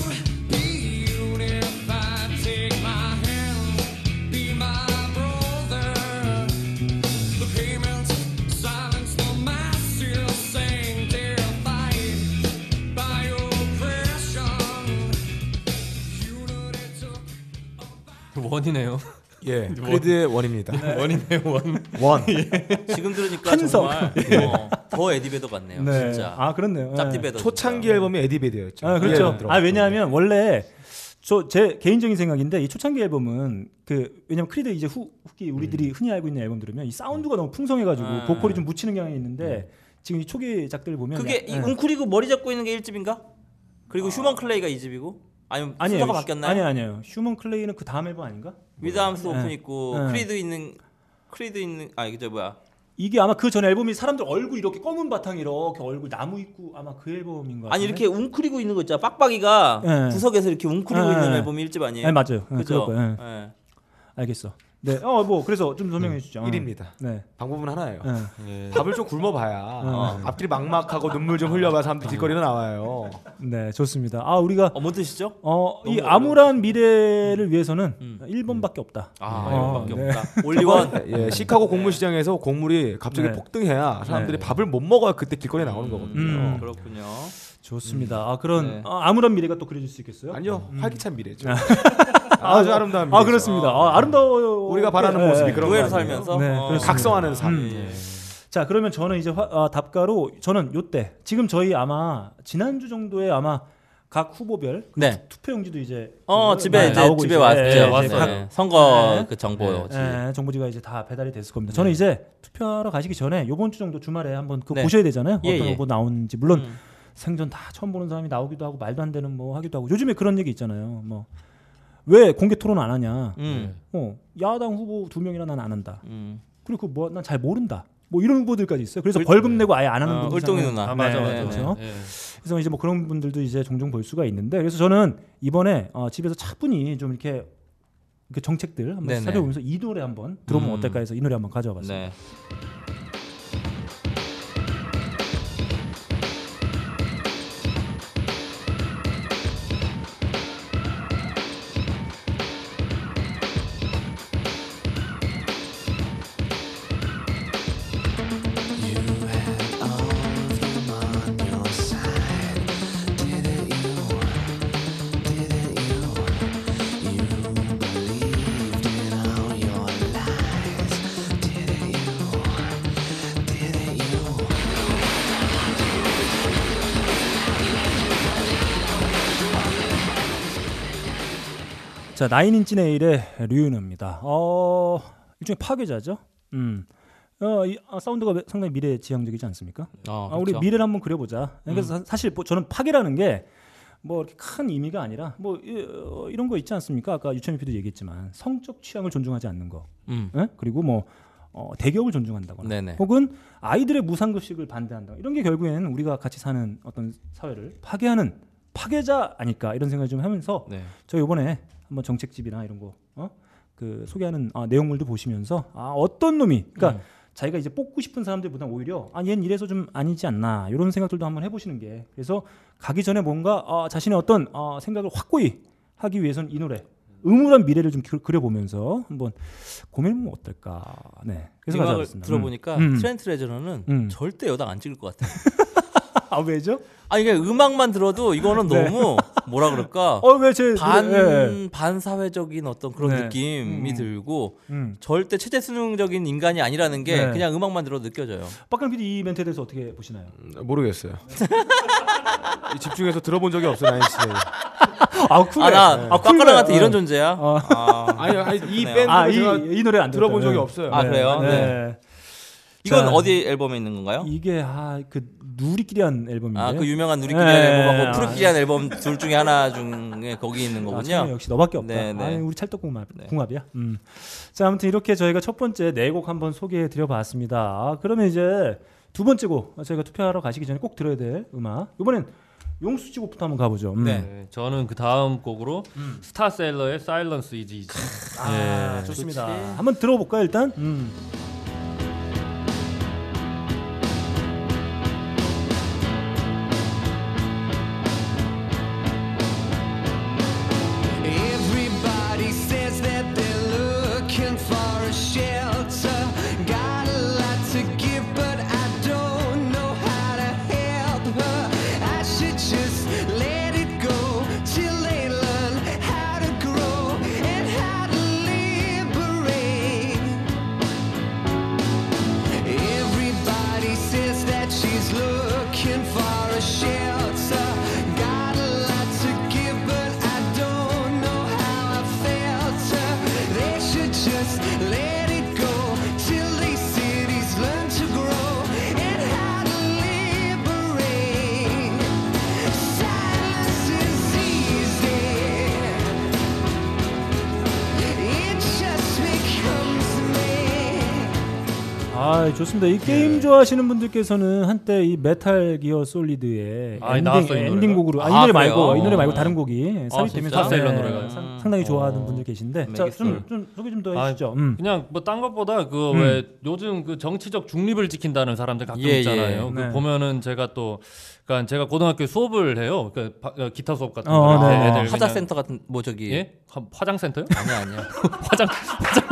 Speaker 5: be unified. Take my hand, be my brother. The payment, silence the masses, saying terrified by oppression. Unity took
Speaker 1: 음.
Speaker 3: 원이네요.
Speaker 4: 예
Speaker 2: 뭐.
Speaker 4: 그리드의 원입니다.
Speaker 3: 원이네요, 원.
Speaker 4: 원.
Speaker 1: 예.
Speaker 2: 예.
Speaker 1: 지금 들으니까
Speaker 2: 한석.
Speaker 1: 정말 어, 더 에디베더 같네요.
Speaker 2: 네.
Speaker 1: 진짜.
Speaker 2: 아, 그렇네요. 예.
Speaker 1: 짭디베더.
Speaker 4: 초창기
Speaker 1: 진짜.
Speaker 4: 앨범이 에디베드였죠.
Speaker 2: 아, 그렇죠.
Speaker 4: 예,
Speaker 2: 아, 왜냐하면 원래 저 제 개인적인 생각인데 이 초창기 앨범은 그 왜냐면 크리드 이제 후, 후기 우리들이
Speaker 1: 음.
Speaker 2: 흔히 알고 있는 앨범 들으면 이 사운드가 너무 풍성해가지고
Speaker 1: 아.
Speaker 2: 보컬이 좀 묻히는 경향이 있는데 지금 이 초기작들 보면
Speaker 1: 음. 그게 이
Speaker 2: 약- 예.
Speaker 1: 웅크리고 머리 잡고 있는 게 1집인가? 그리고 휴먼 클레이가 2집이고? 아니면
Speaker 2: 아. 아니에요.
Speaker 1: 순서가 바뀌었나요?
Speaker 2: 아니 아니에요. 휴먼 클레이는 그 다음 앨범 아닌가?
Speaker 1: 위드암스 오픈
Speaker 2: 네.
Speaker 1: 있고
Speaker 2: 네.
Speaker 1: 크리드 있는 크리드 있는 아 이게 저 뭐야?
Speaker 2: 이게 아마 그 전 앨범이 사람들 얼굴 이렇게 검은 바탕 이렇게 얼굴 나무 있고 아마 그 앨범인 것 같아요.
Speaker 1: 아니 이렇게 웅크리고 있는 거 있잖아. 빡빡이가
Speaker 2: 네.
Speaker 1: 구석에서 이렇게 웅크리고
Speaker 2: 네.
Speaker 1: 있는 앨범이 1집 아니에요?
Speaker 2: 네, 맞아요. 네,
Speaker 1: 그죠?
Speaker 2: 그럴 거예요.
Speaker 1: 네.
Speaker 2: 알겠어. 네. 어 뭐 그래서 좀 설명해 주죠.
Speaker 4: 음, 일입니다.
Speaker 2: 네.
Speaker 4: 방법은 하나예요.
Speaker 2: 네.
Speaker 4: 밥을 좀 굶어봐야 어, 앞길이 막막하고 눈물 좀 흘려봐야 사람들 뒷거리로 나와요.
Speaker 2: 네, 좋습니다. 아 우리가
Speaker 1: 어, 음. 뭔 뜻이죠?
Speaker 2: 어, 이 암울한 미래를 위해서는 일 1번밖에 없다.
Speaker 1: 아,
Speaker 2: 어,
Speaker 1: 이거밖에
Speaker 2: 네.
Speaker 1: 없다. 올리원.
Speaker 4: 예, 시카고 곡물시장에서 곡물이 갑자기
Speaker 2: 음. 네.
Speaker 4: 폭등해야 사람들이
Speaker 2: 네.
Speaker 4: 밥을 못 먹어야 그때 길거리에 나오는 거거든요.
Speaker 1: 음, 그렇군요.
Speaker 2: 좋습니다. 아 그런
Speaker 1: 네.
Speaker 2: 아, 암울한 미래가 또 그려질 수 있겠어요?
Speaker 4: 아니요, 활기찬 미래죠. 아주 아름다운 미래.
Speaker 2: 음. 아 그렇습니다. 아, 아름다워요.
Speaker 4: 우리가 바라는 모습이 그런
Speaker 1: 노예로
Speaker 4: 거 아니에요?
Speaker 1: 살면서
Speaker 2: 네,
Speaker 1: 어.
Speaker 2: 그렇습니다.
Speaker 4: 각성하는 삶. 예.
Speaker 2: 음. 자 그러면 저는 이제 화- 아, 답가로 저는 요때 지금 저희 아마 지난주 정도에 아마 각 후보별 그리고
Speaker 1: 네.
Speaker 2: 투표용지도 이제
Speaker 1: 어 집에
Speaker 2: 네,
Speaker 1: 이제
Speaker 2: 나오고
Speaker 1: 집에
Speaker 2: 있어요.
Speaker 1: 왔죠.
Speaker 2: 예,
Speaker 3: 네,
Speaker 2: 이제
Speaker 3: 왔어요.
Speaker 2: 각-
Speaker 1: 네, 선거
Speaker 2: 네.
Speaker 1: 그 정보. 지
Speaker 2: 예, 정보지가 이제 다 배달이 됐을
Speaker 1: 네.
Speaker 2: 겁니다. 저는 이제 투표하러 가시기 전에 요번 주 정도 주말에 한번 그
Speaker 1: 네.
Speaker 2: 보셔야 되잖아요.
Speaker 1: 예,
Speaker 2: 어떤
Speaker 1: 예.
Speaker 2: 후보 나오는지 물론
Speaker 1: 음.
Speaker 2: 생전 다 처음 보는 사람이 나오기도 하고 말도 안 되는 뭐 하기도 하고 요즘에 그런 얘기 있잖아요. 뭐 왜 공개 토론 안 하냐?
Speaker 1: 음.
Speaker 2: 어, 야당 후보 두 명이나 난 안 한다.
Speaker 1: 음.
Speaker 2: 그리고 뭐 난 잘 모른다. 뭐 이런 후보들까지 있어요. 그래서
Speaker 1: 을-
Speaker 2: 벌금 내고 아예 안 하는
Speaker 1: 어,
Speaker 2: 분들
Speaker 1: 을동이
Speaker 2: 있잖아요.
Speaker 1: 누나.
Speaker 3: 아 맞아
Speaker 2: 네,
Speaker 3: 맞아.
Speaker 1: 어?
Speaker 2: 그렇죠.
Speaker 3: 네, 네.
Speaker 2: 그래서 이제 뭐 그런 분들도 이제 종종 볼 수가 있는데 그래서 저는 이번에 어, 집에서 차분히 좀 이렇게 그 정책들 한번
Speaker 1: 네네.
Speaker 2: 살펴보면서 이 노래 한번 들어보면
Speaker 1: 음.
Speaker 2: 어떨까 해서 이 노래 한번 가져와 봤습니다.
Speaker 1: 네.
Speaker 2: 자, 나인인치 네일의 류윤호입니다. 어, 일종의 파괴자죠. 음. 어, 이, 아, 사운드가 왜- 상당히 미래 지향적이지 않습니까?
Speaker 1: 어,
Speaker 2: 아, 우리
Speaker 1: 그렇죠. 음.
Speaker 2: 미래를 한번 그려보자. 그래서 사- 사실 뭐 저는 파괴라는 게 뭐 이렇게 큰 의미가 아니라 뭐 이, 어, 이런 거 있지 않습니까? 아까 유천민 피도 얘기했지만 성적 취향을 존중하지 않는 거,
Speaker 1: 음.
Speaker 2: 예? 그리고 뭐 어, 대격을 존중한다거나,
Speaker 1: 네네.
Speaker 2: 혹은 아이들의 무상급식을 반대한다. 이런 게 결국에는 우리가 같이 사는 어떤 사회를 파괴하는 파괴자 아닐까 이런 생각을 좀 하면서
Speaker 1: 네.
Speaker 2: 저 이번에 한번 정책집이나 이런 거, 어? 그 소개하는 아, 내용물도 보시면서 아 어떤 놈이, 그러니까
Speaker 1: 음.
Speaker 2: 자기가 이제 뽑고 싶은 사람들보다 오히려 아 얘는 이래서 좀 아니지 않나 이런 생각들도 한번 해보시는 게 그래서 가기 전에 뭔가 아, 자신의 어떤 아, 생각을 확고히 하기 위해서는 이 노래 음울한 미래를 좀 그- 그려보면서 한번 고민해보면 어떨까. 네, 그래서
Speaker 1: 음악을
Speaker 2: 가져왔습니다.
Speaker 1: 들어보니까
Speaker 2: 음.
Speaker 1: 트렌트 레저너는
Speaker 2: 음.
Speaker 1: 절대 여당 안 찍을 것 같아.
Speaker 2: 음. 아 왜죠?
Speaker 1: 아니 그냥 음악만 들어도 이거는
Speaker 2: 네.
Speaker 1: 너무 뭐라 그럴까?
Speaker 2: 어왜제 예,
Speaker 1: 반 반사회적인 어떤 그런
Speaker 2: 네.
Speaker 1: 느낌이
Speaker 2: 음.
Speaker 1: 들고 절대 체제 수능적인 인간이 아니라는 게
Speaker 2: 네.
Speaker 1: 그냥 음악만 들어도 느껴져요.
Speaker 2: 박근 PD 이 멘트에 대해서 어떻게 보시나요?
Speaker 1: 음.
Speaker 4: 음, 모르겠어요. 이 집중해서 들어본 적이 없어 나인 씨.
Speaker 2: 아 쿨해.
Speaker 1: 아나
Speaker 2: 아, 쿨해.
Speaker 1: 빡가랑한테
Speaker 2: 어.
Speaker 1: 이런 존재야.
Speaker 2: 어.
Speaker 1: 아,
Speaker 4: 아니 아니
Speaker 1: 그러네요.
Speaker 4: 이 밴드
Speaker 2: 아,
Speaker 4: 아,
Speaker 2: 이,
Speaker 4: 제가
Speaker 2: 이 노래 안
Speaker 4: 들어본
Speaker 2: 들었다.
Speaker 4: 적이
Speaker 2: 네.
Speaker 4: 없어요.
Speaker 1: 아, 그래요?
Speaker 2: 네.
Speaker 1: 이건
Speaker 2: 자.
Speaker 1: 어디 앨범에 있는 건가요?
Speaker 2: 이게 아, 그 누리끼리한 앨범인데.
Speaker 1: 아 그 유명한 누리끼리한
Speaker 2: 네.
Speaker 1: 앨범하고
Speaker 2: 아.
Speaker 1: 푸르끼리한 앨범 둘 중에 하나 중에 거기 있는
Speaker 2: 아, 참여
Speaker 1: 거군요.
Speaker 2: 역시 너밖에 없다.
Speaker 1: 네, 네.
Speaker 2: 아니, 우리 찰떡궁합
Speaker 1: 네.
Speaker 2: 궁합이야. 음. 자 아무튼 이렇게 저희가 첫 번째 네 곡 한번 소개해 드려봤습니다. 아, 그러면 이제 두 번째 곡 저희가 투표하러 가시기 전에 꼭 들어야 될 음악. 이번엔 용수지 곡부터 한번 가보죠. 음.
Speaker 1: 네.
Speaker 3: 네, 저는 그 다음 곡으로 스타셀러의 Silence is Easy.
Speaker 2: 아,
Speaker 3: 예.
Speaker 2: 좋습니다. 한번 들어볼까요 일단? 음.
Speaker 5: Everybody says that they're looking for a shelter. Got a lot to give, but I don't know how to help her. I should just let it go till they learn how to grow and how to liberate. Everybody says that she's looking for a shelter. Got a lot to give, but I don't know how I felt her. They should just let it go till these cities learn to grow and how to liberate. Silence is easy. It just becomes me.
Speaker 2: 아 좋습니다. 이
Speaker 1: 네.
Speaker 2: 게임 좋아하시는 분들께서는 한때 이 메탈 기어 솔리드의
Speaker 3: 아, 나왔어, 이
Speaker 2: 엔딩,
Speaker 3: 노래가?
Speaker 2: 엔딩곡으로 아, 이
Speaker 1: 아,
Speaker 2: 노래
Speaker 1: 그래요?
Speaker 2: 말고 이 노래 말고
Speaker 1: 어.
Speaker 2: 다른 곡이 삽입되면서
Speaker 3: 진짜? 셀러
Speaker 2: 네,
Speaker 3: 노래가요?
Speaker 2: 상- 상당히 좋아하는
Speaker 3: 어.
Speaker 2: 분들 계신데
Speaker 1: 음. 알겠어요.
Speaker 2: 자좀 좀 소개 좀 더
Speaker 3: 아,
Speaker 2: 해주시죠. 음.
Speaker 3: 그냥 뭐 딴 것보다 그 왜 요즘 그 정치적 중립을 지킨다는 사람들 가끔
Speaker 1: 예,
Speaker 3: 있잖아요.
Speaker 2: 예.
Speaker 3: 그
Speaker 2: 네.
Speaker 3: 보면은 제가 또 그러니까 제가 고등학교 수업을 해요. 그러니까 바- 어, 기타 수업 같은
Speaker 2: 어,
Speaker 3: 거.
Speaker 2: 네.
Speaker 3: 애들 그냥-
Speaker 1: 화자센터 같은 뭐 저기
Speaker 3: 예? 화- 화장센터요?
Speaker 1: 아니 아니야.
Speaker 3: 화장 화장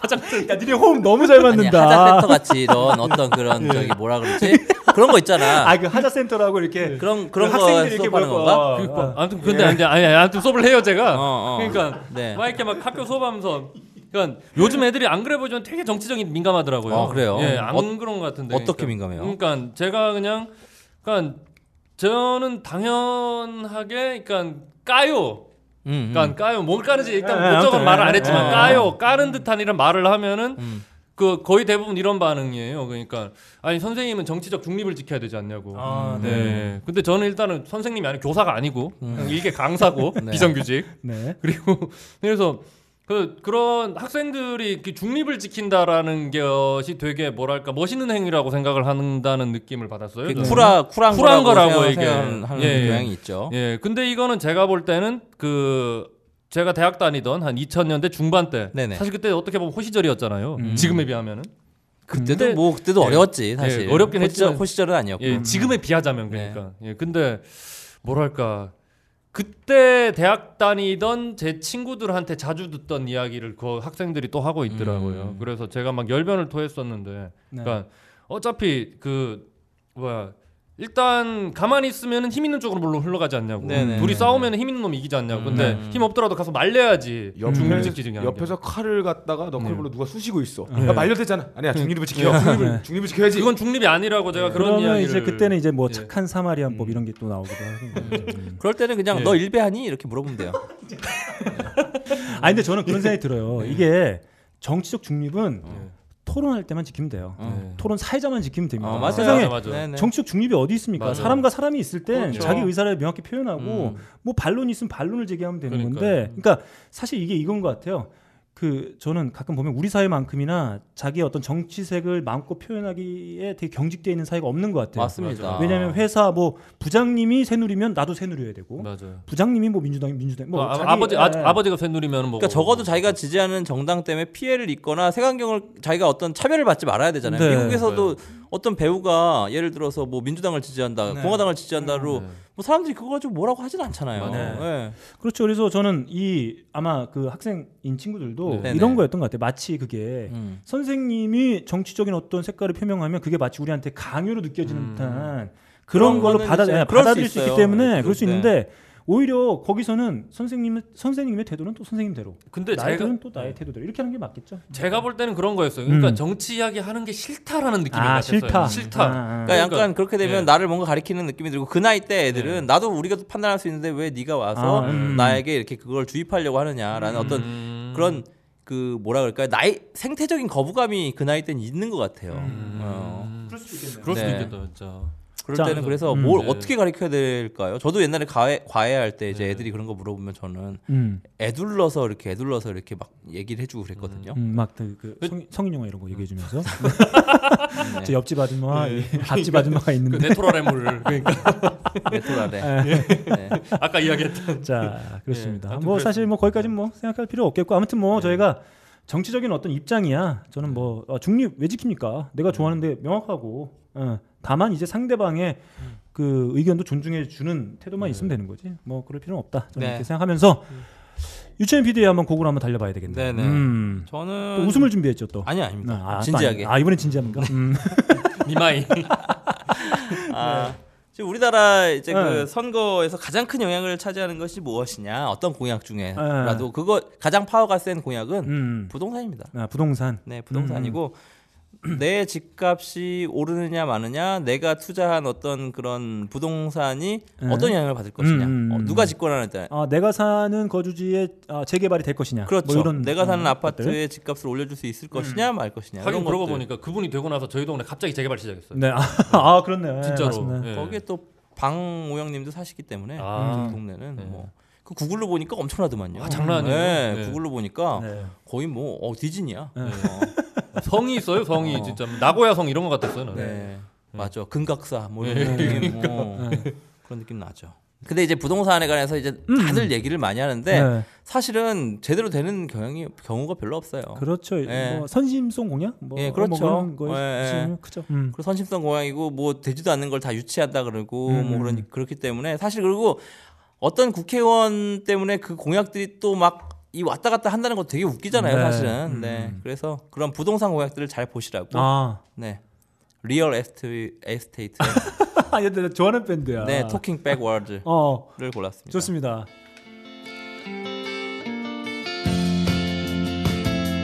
Speaker 3: 화장센터.
Speaker 2: 야, 니네 호흡 너무 잘
Speaker 1: 아니
Speaker 2: 맞는다. 예.
Speaker 1: 하자센터 같이 이런 어떤 그런 저기 뭐라 그러지? 그런 거 있잖아.
Speaker 2: 아, 그 하자 센터라고 이렇게
Speaker 1: 그런 그런
Speaker 2: 그
Speaker 1: 거
Speaker 2: 학생들이 이렇게
Speaker 1: 수업하는
Speaker 2: 뭐-
Speaker 1: 건가?
Speaker 2: 어,
Speaker 3: 그거-
Speaker 2: 어.
Speaker 3: 아무튼 근데 근데 아니 아니, 아무튼 수업을 해요 제가.
Speaker 1: 어, 어.
Speaker 3: 그러니까
Speaker 1: 네.
Speaker 3: 막 이렇게 막 학교 수업하면서 그러니까 요즘 애들이 안 그래 보지만 되게 정치적인 민감하더라고요.
Speaker 1: 아, 그래요?
Speaker 3: 예, 안
Speaker 1: 어-
Speaker 3: 그런 것 같은데.
Speaker 1: 어떻게
Speaker 3: 그러니까.
Speaker 1: 민감해요?
Speaker 3: 그러니까 제가 그냥 그러니까 저는 당연하게 그러니까 까요.
Speaker 1: 음,
Speaker 3: 그러니까 까요. 뭘 까는지 일단
Speaker 2: 예, 예,
Speaker 3: 못 적은
Speaker 2: 아무튼,
Speaker 3: 말을
Speaker 2: 예,
Speaker 3: 안
Speaker 2: 예,
Speaker 3: 했지만
Speaker 2: 예.
Speaker 3: 까요. 까는 듯한 이런 말을 하면은
Speaker 1: 음.
Speaker 3: 그 거의 대부분 이런 반응이에요. 그러니까 아니 선생님은 정치적 중립을 지켜야 되지 않냐고.
Speaker 2: 아,
Speaker 3: 네. 근데 저는 일단은 선생님이 아니고 교사가 아니고 일개 강사고
Speaker 1: 네.
Speaker 3: 비정규직.
Speaker 2: 네.
Speaker 3: 그리고 그래서 그 그런 학생들이 이렇게 중립을 지킨다라는 것이 되게 뭐랄까 멋있는 행위라고 생각을 한다는 느낌을 받았어요.
Speaker 1: 그
Speaker 3: 저는.
Speaker 1: 쿨하 쿨한,
Speaker 3: 음.
Speaker 1: 거라고,
Speaker 3: 쿨한 거라고
Speaker 1: 생각-
Speaker 3: 이게.
Speaker 1: 생각하는
Speaker 3: 예, 예.
Speaker 1: 경향이 있죠.
Speaker 3: 예, 근데 이거는 제가 볼 때는 그 제가 대학 다니던 한 2000년대 중반 때
Speaker 1: 네네.
Speaker 3: 사실 그때 어떻게 보면 호시절이었잖아요. 지금에 비하면은
Speaker 1: 그때도
Speaker 3: 근데-
Speaker 1: 뭐 그때도
Speaker 3: 예.
Speaker 1: 어려웠지 사실.
Speaker 3: 예, 어렵긴
Speaker 1: 그 시절-
Speaker 3: 했지만-
Speaker 1: 그 시절은 아니었고.
Speaker 3: 예, 지금에 비하자면 그러니까. 예, 근데 뭐랄까 그때 대학 다니던 제 친구들한테 자주 듣던 이야기를 그 학생들이 또 하고 있더라고요.
Speaker 1: 음.
Speaker 3: 그래서 제가 막 열변을 토했었는데,
Speaker 2: 네.
Speaker 3: 그러니까 어차피 그 뭐야. 일단 가만히 있으면 힘 있는 쪽으로 물론 흘러가지 않냐고
Speaker 1: 네네.
Speaker 3: 둘이 싸우면 힘 있는 놈이 이기지 않냐고 근데
Speaker 1: 음.
Speaker 3: 힘 없더라도 가서 말려야지 중립을 지키지 않냐고
Speaker 4: 옆에서 칼을 갖다가 너클볼로 누가 쑤시고 있어. 야, 말려대잖아. 아니야 중립을 지켜.
Speaker 2: 네.
Speaker 4: 중립을, 중립을 지켜야지.
Speaker 3: 그건 중립이 아니라고 제가 그런
Speaker 2: 그러면
Speaker 3: 이야기를
Speaker 2: 이제 그때는 이제 뭐
Speaker 3: 예.
Speaker 2: 착한 사마리안법 이런 게 또 나오기도 하고.
Speaker 1: 그럴 때는 그냥
Speaker 3: 예.
Speaker 1: 너 일배하니 이렇게 물어보면 돼요.
Speaker 2: 아 근데 저는 그런 생각이 들어요. 이게 정치적 중립은 토론할 때만 지키면 돼요.
Speaker 3: 네.
Speaker 2: 토론 사회자만 지키면 됩니다.
Speaker 1: 어, 맞아요.
Speaker 2: 세상에
Speaker 3: 예. 맞아, 맞아.
Speaker 1: 네네.
Speaker 2: 정치적 중립이 어디 있습니까?
Speaker 3: 맞아요.
Speaker 2: 사람과 사람이 있을 땐
Speaker 3: 그렇죠.
Speaker 2: 자기 의사를 명확히 표현하고 뭐 반론이 있으면 반론을 제기하면 되는 건데, 그러니까 사실 이게 이건 것 같아요. 그 저는 가끔 보면 우리 사회만큼이나 자기의 어떤 정치색을 마음껏 표현하기에 되게 경직되어 있는 사회가 없는 것
Speaker 3: 네.
Speaker 2: 같아요.
Speaker 1: 맞습니다. 어.
Speaker 2: 왜냐하면 회사 뭐 부장님이 새누리면 나도 새누려야 되고
Speaker 3: 맞아요.
Speaker 2: 부장님이 뭐 민주당이 민주당 뭐
Speaker 3: 아,
Speaker 2: 자기-
Speaker 3: 아버지 아,
Speaker 2: 예.
Speaker 3: 아버지가 새누리면 뭐
Speaker 1: 그러니까 적어도 자기가 지지하는 정당 때문에 피해를 입거나 색안경을 자기가 어떤 차별을 받지 말아야 되잖아요.
Speaker 2: 네.
Speaker 1: 미국에서도 어떤 배우가 예를 들어서 뭐 민주당을 지지한다,
Speaker 3: 네.
Speaker 1: 공화당을 지지한다로 뭐 사람들이 그거 가지고 뭐라고 하진 않잖아요.
Speaker 2: 맞아요.
Speaker 1: 네.
Speaker 2: 그렇죠. 그래서 저는 이 아마 그 학생인 친구들도
Speaker 1: 네.
Speaker 2: 이런
Speaker 1: 네네.
Speaker 2: 거였던 것 같아요. 마치 그게
Speaker 1: 음.
Speaker 2: 선생님이 정치적인 어떤 색깔을 표명하면 그게 마치 우리한테 강요로 느껴지는
Speaker 3: 음.
Speaker 2: 듯한 그런
Speaker 1: 그런
Speaker 2: 걸로
Speaker 1: 거는
Speaker 2: 받아,
Speaker 1: 이제
Speaker 2: 예,
Speaker 1: 그럴 수
Speaker 2: 받아들일 수, 있기
Speaker 1: 있어요.
Speaker 2: 때문에
Speaker 1: 네,
Speaker 2: 그럴 수
Speaker 1: 네.
Speaker 2: 있는데 오히려 거기서는 선생님 선생님의 태도는 또 선생님대로
Speaker 3: 근데
Speaker 2: 나의
Speaker 3: 제가
Speaker 2: 태도는 또 나의 태도대로 이렇게 하는 게 맞겠죠.
Speaker 3: 제가 볼 때는 그런 거였어요. 그러니까
Speaker 2: 음.
Speaker 3: 정치 이야기 하는 게 싫다라는 느낌이
Speaker 2: 아
Speaker 3: 같았어요.
Speaker 2: 싫다.
Speaker 3: 싫다.
Speaker 2: 아, 아.
Speaker 1: 그러니까
Speaker 3: 그러니까,
Speaker 1: 약간 그렇게 되면
Speaker 3: 예.
Speaker 1: 나를 뭔가 가리키는 느낌이 들고 그 나이 때 애들은 나도 우리가 판단할 수 있는데 왜 네가 와서
Speaker 2: 예. 아, 음.
Speaker 1: 나에게 이렇게 그걸 주입하려고 하느냐라는 어떤
Speaker 3: 음.
Speaker 1: 그런 그 뭐라 그럴까요? 나이 생태적인 거부감이 그 나이 때는 있는 것 같아요. 어.
Speaker 2: 그럴 수도 있겠네요.
Speaker 3: 그럴 수도
Speaker 1: 네.
Speaker 3: 있겠다 진짜.
Speaker 1: 그럴
Speaker 2: 음. 자,
Speaker 1: 때는 그래서
Speaker 2: 음,
Speaker 1: 뭘
Speaker 3: 네.
Speaker 1: 어떻게 가르쳐야 될까요? 저도 옛날에 과외 과외할 때 이제
Speaker 2: 네.
Speaker 1: 애들이 그런 거 물어보면 저는
Speaker 2: 음,
Speaker 1: 애둘러서 이렇게 애둘러서 이렇게 막 얘기를 해주고 그랬거든요. 음.
Speaker 2: 음, 막그 그 성- 성인 영화 이런 거 얘기해 주면서 저 옆집 아줌마,
Speaker 1: 네.
Speaker 2: 앞집 아줌마가
Speaker 3: 그
Speaker 2: 있는데
Speaker 3: 네토라레물 그러니까
Speaker 1: 메토라데. 네.
Speaker 3: 아까 이야기했던
Speaker 2: 자 그렇습니다.
Speaker 3: 예,
Speaker 2: 뭐
Speaker 3: 아무튼
Speaker 2: 사실 뭐 거기까지 뭐 생각할 필요 없겠고 아무튼
Speaker 1: 네.
Speaker 2: 뭐 저희가 정치적인 어떤 입장이야 저는 뭐 아, 중립 왜 지킵니까?
Speaker 1: 네.
Speaker 2: 내가 좋아하는데 명확하고 어, 다만 이제 상대방의
Speaker 1: 음.
Speaker 2: 그 의견도 존중해 주는 태도만 있으면 되는 거지 뭐 그럴 필요는 없다 저는
Speaker 1: 네.
Speaker 2: 이렇게 생각하면서 유치원 비디오에 한번 곡을 한번 달려봐야 되겠네요.
Speaker 1: 네네.
Speaker 2: 음. 또
Speaker 1: 저는
Speaker 2: 웃음을 준비했죠 또.
Speaker 1: 아니 아닙니다.
Speaker 2: 아, 또
Speaker 1: 진지하게.
Speaker 2: 아니- 아 이번엔 진지한가? 음.
Speaker 3: 니마이.
Speaker 2: 네,
Speaker 1: 아, 지금 우리나라 이제
Speaker 2: 네.
Speaker 1: 그 선거에서 가장 큰 영향을 차지하는 것이 무엇이냐? 어떤 공약 중에라도 그거 가장 파워가 센 공약은
Speaker 2: 네. 음.
Speaker 1: 부동산입니다.
Speaker 2: 아, 부동산.
Speaker 1: 네, 부동산이고
Speaker 2: 음.
Speaker 1: 내 집값이 오르느냐 마느냐, 내가 투자한 어떤 그런 부동산이
Speaker 2: 네.
Speaker 1: 어떤 영향을 받을 것이냐,
Speaker 2: 음, 음,
Speaker 1: 어,
Speaker 2: 음.
Speaker 1: 누가 집권하느냐에 따라
Speaker 2: 아 내가 사는 거주지의 아, 재개발이 될 것이냐?
Speaker 1: 그렇죠.
Speaker 2: 뭐 이런
Speaker 1: 내가 사는
Speaker 2: 어, 것들. 음.
Speaker 1: 아파트의 집값을 올려줄 수 있을 것이냐 말 것이냐.
Speaker 3: 하긴
Speaker 1: 이런
Speaker 3: 그러고
Speaker 1: 것들.
Speaker 3: 보니까 그분이 되고 나서 저희 동네 갑자기 재개발 시작했어요.
Speaker 2: 네, 아, 아 그렇네요. 예,
Speaker 3: 진짜로.
Speaker 2: 맞습니다.
Speaker 3: 예.
Speaker 1: 거기에 또 방오영님도 사시기 때문에
Speaker 3: 아.
Speaker 1: 그 동네는
Speaker 3: 네.
Speaker 1: 뭐 그 구글로 보니까 엄청나더만요.
Speaker 3: 아, 장난 아니에요.
Speaker 1: 네,
Speaker 3: 네.
Speaker 1: 구글로 보니까
Speaker 2: 네.
Speaker 1: 거의 뭐 어, 디즈니야.
Speaker 2: 네.
Speaker 1: 어,
Speaker 3: 성이 있어요 성이
Speaker 1: 어.
Speaker 3: 진짜 나고야 성 이런 거 같았어요. 나는.
Speaker 1: 네. 맞아. 금각사
Speaker 3: 네.
Speaker 1: 뭐 이런 느낌.
Speaker 3: 그러니까.
Speaker 1: 어, 그런 느낌 나죠. 근데 이제 부동산에 관해서 이제 다들 얘기를 많이 하는데
Speaker 2: 음. 네.
Speaker 1: 사실은 제대로 되는 경향이 경우가 별로 없어요.
Speaker 2: 그렇죠.
Speaker 1: 예.
Speaker 2: 뭐 선심송 공약 뭐,
Speaker 1: 예, 그렇죠.
Speaker 2: 뭐 그런 거에
Speaker 1: 예, 예.
Speaker 2: 지금 그죠. 음.
Speaker 1: 그리고 선심성 고양이고 뭐 되지도 않는 걸 다 유치한다 그러고
Speaker 2: 음.
Speaker 1: 뭐 그런 그렇기 때문에 사실 그리고 어떤 국회의원 때문에 그 공약들이 또 막 이 왔다 갔다 한다는 거 되게 웃기잖아요
Speaker 2: 네.
Speaker 1: 사실은 네 그래서 그런 부동산 공약들을 잘 보시라고
Speaker 2: 아,
Speaker 1: 네 리얼 에스테, 에스테이트
Speaker 2: 얘들 좋아하는 밴드야.
Speaker 1: 네 토킹 백워드를
Speaker 2: 어,
Speaker 1: 골랐습니다
Speaker 2: 좋습니다.
Speaker 6: I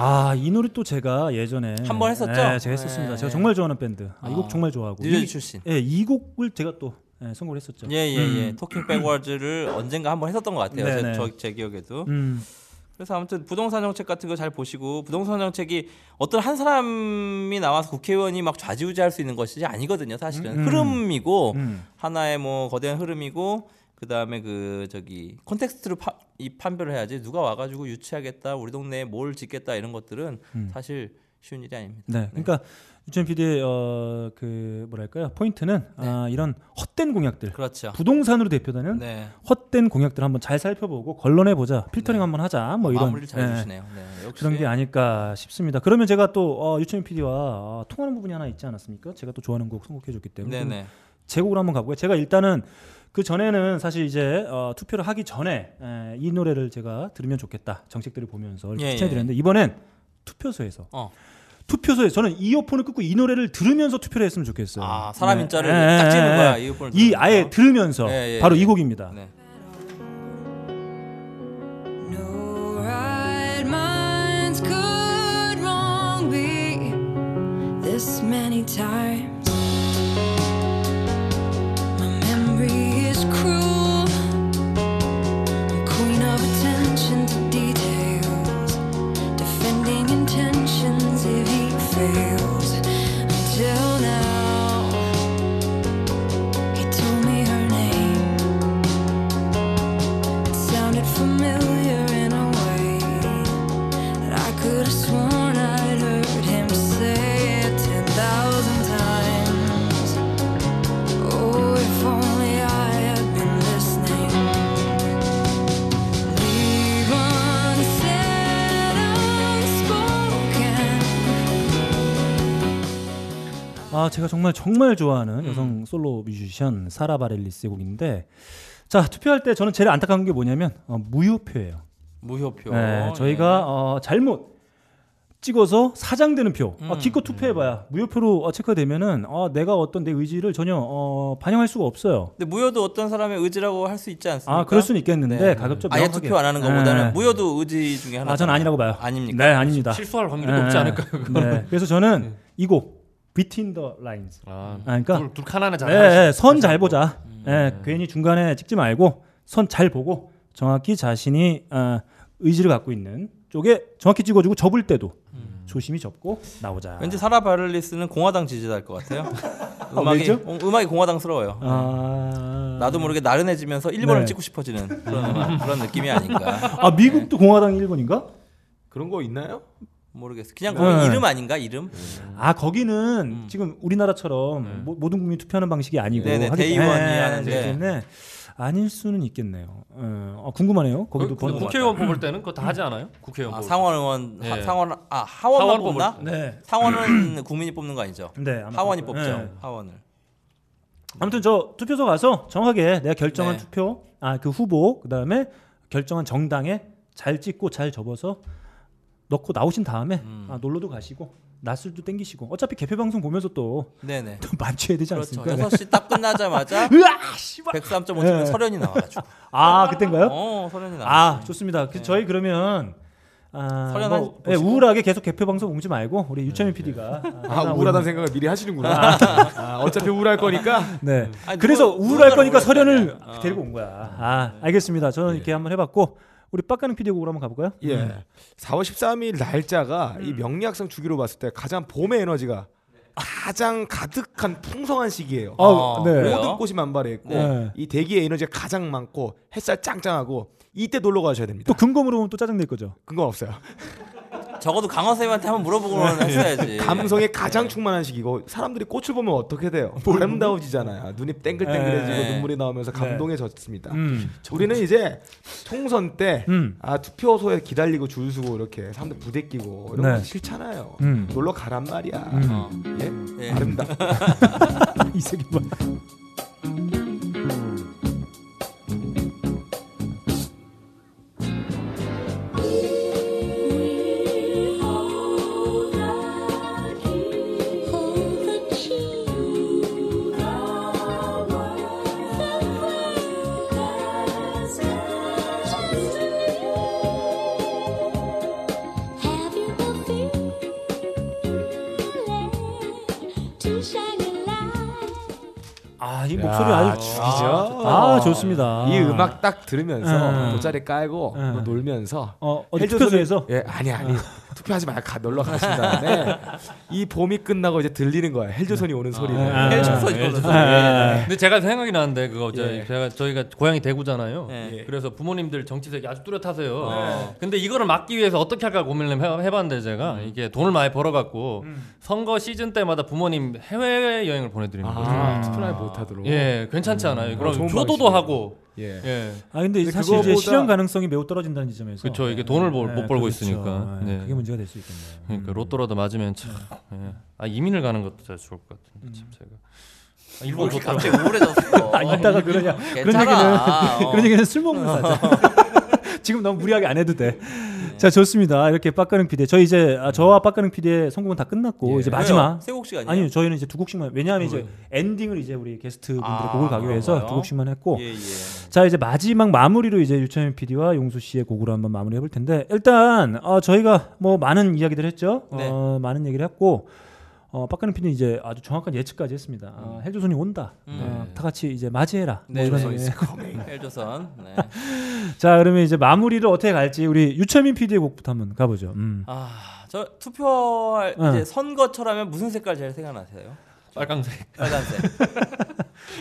Speaker 2: 아, 이 노래 또 제가 예전에
Speaker 1: 한번 했었죠?
Speaker 2: 네, 제가 했었습니다.
Speaker 1: 네.
Speaker 2: 제가 정말 좋아하는 밴드. 아, 이 곡
Speaker 1: 아,
Speaker 2: 정말 좋아하고.
Speaker 1: 뉴저지
Speaker 2: 이-
Speaker 1: 출신.
Speaker 2: 예, 이 곡을 제가 또 예, 선곡을 했었죠.
Speaker 1: 예, 예, 예. 토킹 백워즈를 언젠가 한번 했었던 것 같아요.
Speaker 2: 네,
Speaker 1: 제,
Speaker 2: 네.
Speaker 1: 저, 제 기억에도.
Speaker 2: 음.
Speaker 1: 그래서 아무튼 부동산 정책 같은 거 잘 보시고 부동산 정책이 어떤 한 사람이 나와서 국회의원이 막 좌지우지할 수 있는 것이 아니거든요. 사실은
Speaker 2: 음.
Speaker 1: 흐름이고
Speaker 2: 음.
Speaker 1: 하나의 뭐 거대한 흐름이고 그 다음에 그 저기 콘텍스트로 파, 이 판별을 해야지 누가 와가지고 유치하겠다 우리 동네에 뭘 짓겠다 이런 것들은
Speaker 2: 음.
Speaker 1: 사실 쉬운 일이 아닙니다.
Speaker 2: 네. 그러니까 유치원 PD의 어, 그 뭐랄까요? 포인트는 아, 이런 헛된 공약들.
Speaker 1: 그렇죠.
Speaker 2: 부동산으로 대표되는
Speaker 1: 네.
Speaker 2: 헛된 공약들 한번 잘 살펴보고 걸러내 보자. 필터링
Speaker 1: 네.
Speaker 2: 한번 하자. 뭐 이런
Speaker 1: 마무리를 잘
Speaker 2: 예.
Speaker 1: 해주시네요. 네. 역시
Speaker 2: 그런 게 아닐까 싶습니다. 그러면 제가 또 어, 유치원 PD와 통하는 부분이 하나 있지 않았습니까? 제가 또 좋아하는 곡 선곡해줬기 때문에
Speaker 1: 네네.
Speaker 2: 제 곡으로 한번 가보고요. 제가 일단은 그 전에는 사실 이제 어, 투표를 하기 전에 에, 이 노래를 제가 들으면 좋겠다 정책들을 보면서 이렇게
Speaker 1: 예,
Speaker 2: 추천해드렸는데 이번엔 투표소에서
Speaker 1: 어.
Speaker 2: 투표소에 저는 이어폰을 끄고 이 노래를 들으면서 투표를 했으면 좋겠어요.
Speaker 1: 아 사람
Speaker 2: 네.
Speaker 1: 인자를
Speaker 2: 예,
Speaker 1: 딱
Speaker 2: 예,
Speaker 1: 찍는 거야
Speaker 2: 예.
Speaker 1: 이 오픈을
Speaker 2: 이
Speaker 1: 들으면서.
Speaker 2: 아예 들으면서
Speaker 1: 예, 예,
Speaker 2: 바로
Speaker 1: 예.
Speaker 2: 이 곡입니다.
Speaker 1: 네.
Speaker 6: No right minds could wrong be this many times. My memory is cruel. I'm queen of attention to details, defending intentions if he fails. Until now, he told me her name sounded familiar in a way that I could have sworn I'd heard him say it 10,000 times. Oh, if only I had been listening. Leave unsaid, unspoken.
Speaker 2: 아 제가 정말 정말
Speaker 1: 음.
Speaker 2: 좋아하는 여성 솔로 뮤지션 사라 바렐리스의 곡인데 자 투표할 때 저는 제일 안타까운 게 뭐냐면 어, 무효표예요.
Speaker 1: 무효표.
Speaker 2: 네,
Speaker 1: 예.
Speaker 2: 저희가 어, 잘못 찍어서 사장되는 표 아,
Speaker 1: 음.
Speaker 2: 기껏 투표해봐야 무효표로 어, 체크되면은 어, 내가 어떤 내 의지를 전혀 어, 반영할 수가 없어요.
Speaker 1: 근데 무효도 어떤 사람의 의지라고 할 수 있지 않습니까?
Speaker 2: 아 그럴 수는 있겠는데
Speaker 1: 네.
Speaker 2: 가급적
Speaker 1: 아예
Speaker 2: 명확하게.
Speaker 1: 투표 안 하는 것보다는
Speaker 2: 네.
Speaker 1: 무효도 의지 중에 하나.
Speaker 2: 아, 저는 아니라고 봐요.
Speaker 1: 아닙니까?
Speaker 2: 네, 아닙니다.
Speaker 3: 실수할 확률이
Speaker 2: 네.
Speaker 3: 높지 않을까요? 그거?
Speaker 2: 네, 그래서 저는 이 곡 Between the Lines.
Speaker 3: 아,
Speaker 2: 아,
Speaker 1: 음.
Speaker 2: 그러니까
Speaker 3: 둘, 둘칸 하나 잘.
Speaker 2: 예,
Speaker 3: 하시-
Speaker 2: 예, 선 잘
Speaker 3: 하시고.
Speaker 2: 보자. 예, 괜히 중간에 찍지 말고 선 잘 보고 정확히 자신이 어, 의지를 갖고 있는 쪽에 정확히 찍어주고 접을 때도 조심히 접고 나오자.
Speaker 1: 음. 왠지 사라 바를리스는 공화당 지지자일 것 같아요. 음악이
Speaker 2: 왜죠?
Speaker 1: 어, 음악이 공화당스러워요.
Speaker 2: 아,
Speaker 1: 나도 모르게 나른해지면서 1번을
Speaker 2: 네.
Speaker 1: 찍고 싶어지는 그런 음악, 그런 느낌이 아닌가
Speaker 2: 아 미국도 공화당 1번인가?
Speaker 4: 그런 거 있나요?
Speaker 1: 모르겠어. 그냥 거기
Speaker 2: 네.
Speaker 1: 이름 아닌가 이름?
Speaker 2: 아 거기는 지금 우리나라처럼 모, 모든 국민 이 투표하는 방식이 아니고
Speaker 1: 음. 네. 네네,
Speaker 2: 하기-
Speaker 1: 대의원이
Speaker 2: 예,
Speaker 1: 하는데.
Speaker 2: 그렇기 때문에 아닐 수는 있겠네요. 예, 어, 궁금하네요.
Speaker 3: 그,
Speaker 2: 거기도
Speaker 3: 그
Speaker 2: 번호가
Speaker 3: 국회의원 뽑을 때는 그거 다 하지 않아요? 국회의원
Speaker 1: 아,
Speaker 3: 뽑을
Speaker 1: 상원 의원 하-
Speaker 3: 네.
Speaker 1: 상원 아 하원만
Speaker 3: 하원
Speaker 1: 뽑나?
Speaker 3: 뽑을
Speaker 2: 왔다. 네.
Speaker 1: 상원은 국민이 뽑는 거 아니죠?
Speaker 2: 네, 아마
Speaker 1: 하원이
Speaker 2: 그럴
Speaker 1: 뽑죠.
Speaker 2: 거예요. 예.
Speaker 1: 하원을.
Speaker 2: 아무튼 저 투표소 가서 정확하게 내가 결정한
Speaker 1: 네.
Speaker 2: 투표 아 그 후보 그다음에 결정한 정당에 잘 찍고 잘 접어서 넣고 나오신 다음에 아, 놀러도 가시고 낮술도 땡기시고 어차피 개표 방송 보면서 또,
Speaker 1: 네네.
Speaker 2: 또 만취해야 되지
Speaker 1: 그렇죠.
Speaker 2: 않습니까?
Speaker 1: 6시 딱 끝나자마자
Speaker 2: 으아 씨발
Speaker 1: 103.5초면
Speaker 2: 네.
Speaker 1: 서련이 나와가지고.
Speaker 2: 아 그땐가요?
Speaker 1: 어, 서련이 나와.
Speaker 2: 아 좋습니다. 그 저희 그러면 아,
Speaker 1: 서련
Speaker 2: 뭐,
Speaker 1: 한-
Speaker 2: 예,
Speaker 1: 보시고. 네,
Speaker 2: 우울하게 계속 개표 방송 옮지 말고 우리 유채민 PD가
Speaker 4: 아 우울하다는 생각을 미리 하시는구나. 아, 어차피 우울할 거니까
Speaker 2: 네.
Speaker 1: 음. 아니,
Speaker 2: 그래서
Speaker 1: 누가-
Speaker 2: 우울할
Speaker 1: 누가
Speaker 2: 거니까
Speaker 1: 우울할
Speaker 2: 서련을
Speaker 1: 거냐. 어.
Speaker 2: 데리고 온 거야. 아,
Speaker 1: 네.
Speaker 2: 알겠습니다.
Speaker 1: 예.
Speaker 2: 저는 이렇게 한번 해봤고 우리 빡가는 PD 곡으로 한번 가볼까요?
Speaker 4: 예. 4월 13일 날짜가 이 명리학상 주기로 봤을 때 가장 봄의 에너지가 가장 가득한 풍성한 시기예요.
Speaker 2: 아,
Speaker 1: 어,
Speaker 2: 네.
Speaker 1: 그래요?
Speaker 4: 모든 꽃이 만발해 있고
Speaker 2: 네.
Speaker 4: 이 대기의 에너지가 가장 많고 햇살 짱짱하고 이때 놀러 가셔야 됩니다.
Speaker 2: 또 근검으로 보면 또 짜증 낼 거죠.
Speaker 4: 그건 없어요.
Speaker 1: 적어도 강원 선생님한테 한번
Speaker 2: 네.
Speaker 1: 물어보고는 했어야지.
Speaker 2: 예.
Speaker 4: 감성에 가장 충만한 시기고 사람들이 꽃을 보면 어떻게 돼요? 아름다워지잖아요. 눈이 땡글땡글해지고
Speaker 1: 네.
Speaker 4: 눈물이 나오면서 감동에 젖습니다.
Speaker 2: 음.
Speaker 4: 우리는 이제 총선 때
Speaker 2: 음.
Speaker 4: 아, 투표소에 기다리고 줄 서고 이렇게 사람들 부대끼고 이런
Speaker 2: 네.
Speaker 4: 거 싫잖아요.
Speaker 2: 음.
Speaker 4: 놀러 가란 말이야.
Speaker 1: 어.
Speaker 4: 예?
Speaker 1: 예.
Speaker 4: 아름답.
Speaker 2: 이 새끼 봐.
Speaker 6: Have you ever
Speaker 2: 이 목소리 아주
Speaker 4: 죽이죠.
Speaker 2: 아, 좋습니다.
Speaker 4: 이 음악 딱 들으면서
Speaker 2: 음.
Speaker 4: 돗자리 깔고
Speaker 2: 음.
Speaker 4: 또 놀면서
Speaker 2: 어, 어디
Speaker 4: 헬조선에-
Speaker 2: 투표소에서
Speaker 4: 예 아니 아니 투표하지 마요 가 놀러 가신 다음에 이 봄이 끝나고 이제 들리는 거야 헬조선이 오는 소리를
Speaker 2: 아.
Speaker 1: 헬조선
Speaker 3: 예,
Speaker 1: 이거는.
Speaker 2: 아,
Speaker 3: 근데 제가 생각이 나는데 그거 저
Speaker 4: 예.
Speaker 3: 제가 저희가 고향이 대구잖아요.
Speaker 1: 예. 예.
Speaker 3: 그래서 부모님들 정치색이 아주 뚜렷하세요.
Speaker 1: 어.
Speaker 3: 근데 이거를 막기 위해서 어떻게 할까 고민을 해- 해봤는데 제가
Speaker 4: 음.
Speaker 3: 이게 돈을 많이 벌어갖고 선거 시즌 때마다 부모님 해외 여행을 보내드리는 거죠.
Speaker 4: 아, 투표를 못하도록
Speaker 3: 예, 괜찮지 않아요. 그럼
Speaker 4: 좋은
Speaker 3: 효도도
Speaker 4: 방식이네요.
Speaker 3: 하고.
Speaker 4: 예.
Speaker 3: 예,
Speaker 2: 아 근데
Speaker 4: 근데
Speaker 2: 사실 이제
Speaker 4: 그거보다-
Speaker 2: 실현 가능성이 매우 떨어진다는 지점에서
Speaker 3: 그쵸, 이게 돈을 벌-
Speaker 4: 네,
Speaker 3: 못 벌고
Speaker 2: 그렇죠.
Speaker 3: 있으니까.
Speaker 4: 아,
Speaker 2: 예,
Speaker 3: 네.
Speaker 4: 뭐-
Speaker 2: 그게 문제가 될 수 있겠네요.
Speaker 3: 그러니까 로또라도 맞으면 참.
Speaker 4: 음.
Speaker 3: 예. 아 이민을 가는 것도 진짜 좋을 것 같은데 참 제가. 아, 일본
Speaker 1: 예. 뭐 이렇게
Speaker 3: 좋다.
Speaker 1: 갑자기 우울해졌어. 음,
Speaker 2: 아 이따가 그러냐 그런
Speaker 1: 괜찮아.
Speaker 2: 얘기는
Speaker 1: 어.
Speaker 2: 그런 얘기는 술 먹는 사자. 지금 너무 무리하게 안 해도 돼. 자 좋습니다. 이렇게 빡가는 피디 저희 이제 아, 저와 빡가는 피디의 성공은 다 끝났고
Speaker 1: 어.
Speaker 2: 이제 마지막
Speaker 1: 세곡 시간이요.
Speaker 2: 예. 아니요 어. 저희는 이제 두 곡씩만 왜냐하면 이제 엔딩을 이제 우리 게스트분들의
Speaker 1: 아,
Speaker 2: 곡을 가기 위해서
Speaker 1: 그런가요?
Speaker 2: 두 곡씩만 했고
Speaker 1: 예, 예.
Speaker 2: 자 이제 마지막 마무리로 이제 유천민 PD와 용수 씨의 곡으로 한번 마무리해 볼 텐데 일단 어, 저희가 뭐 많은 이야기들 했죠.
Speaker 1: 네.
Speaker 2: 어, 많은 얘기를 했고 어, 박가는 PD는 이제 아주 정확한 예측까지 했습니다. 아, 헬조선이 온다. 어, 다 같이 이제 맞이해라. 뭐
Speaker 1: 음. 네,
Speaker 2: 이런
Speaker 1: 네.
Speaker 2: 얘기.
Speaker 1: 헬조선. 네.
Speaker 2: 자 그러면 이제 마무리를 어떻게 갈지 우리 유천민 PD의 곡부터 한번 가보죠. 음.
Speaker 1: 아, 저 투표할
Speaker 2: 응.
Speaker 1: 이제 선거철하면 무슨 색깔 제일 생각나세요?
Speaker 3: 빨강색.
Speaker 1: 빨간색.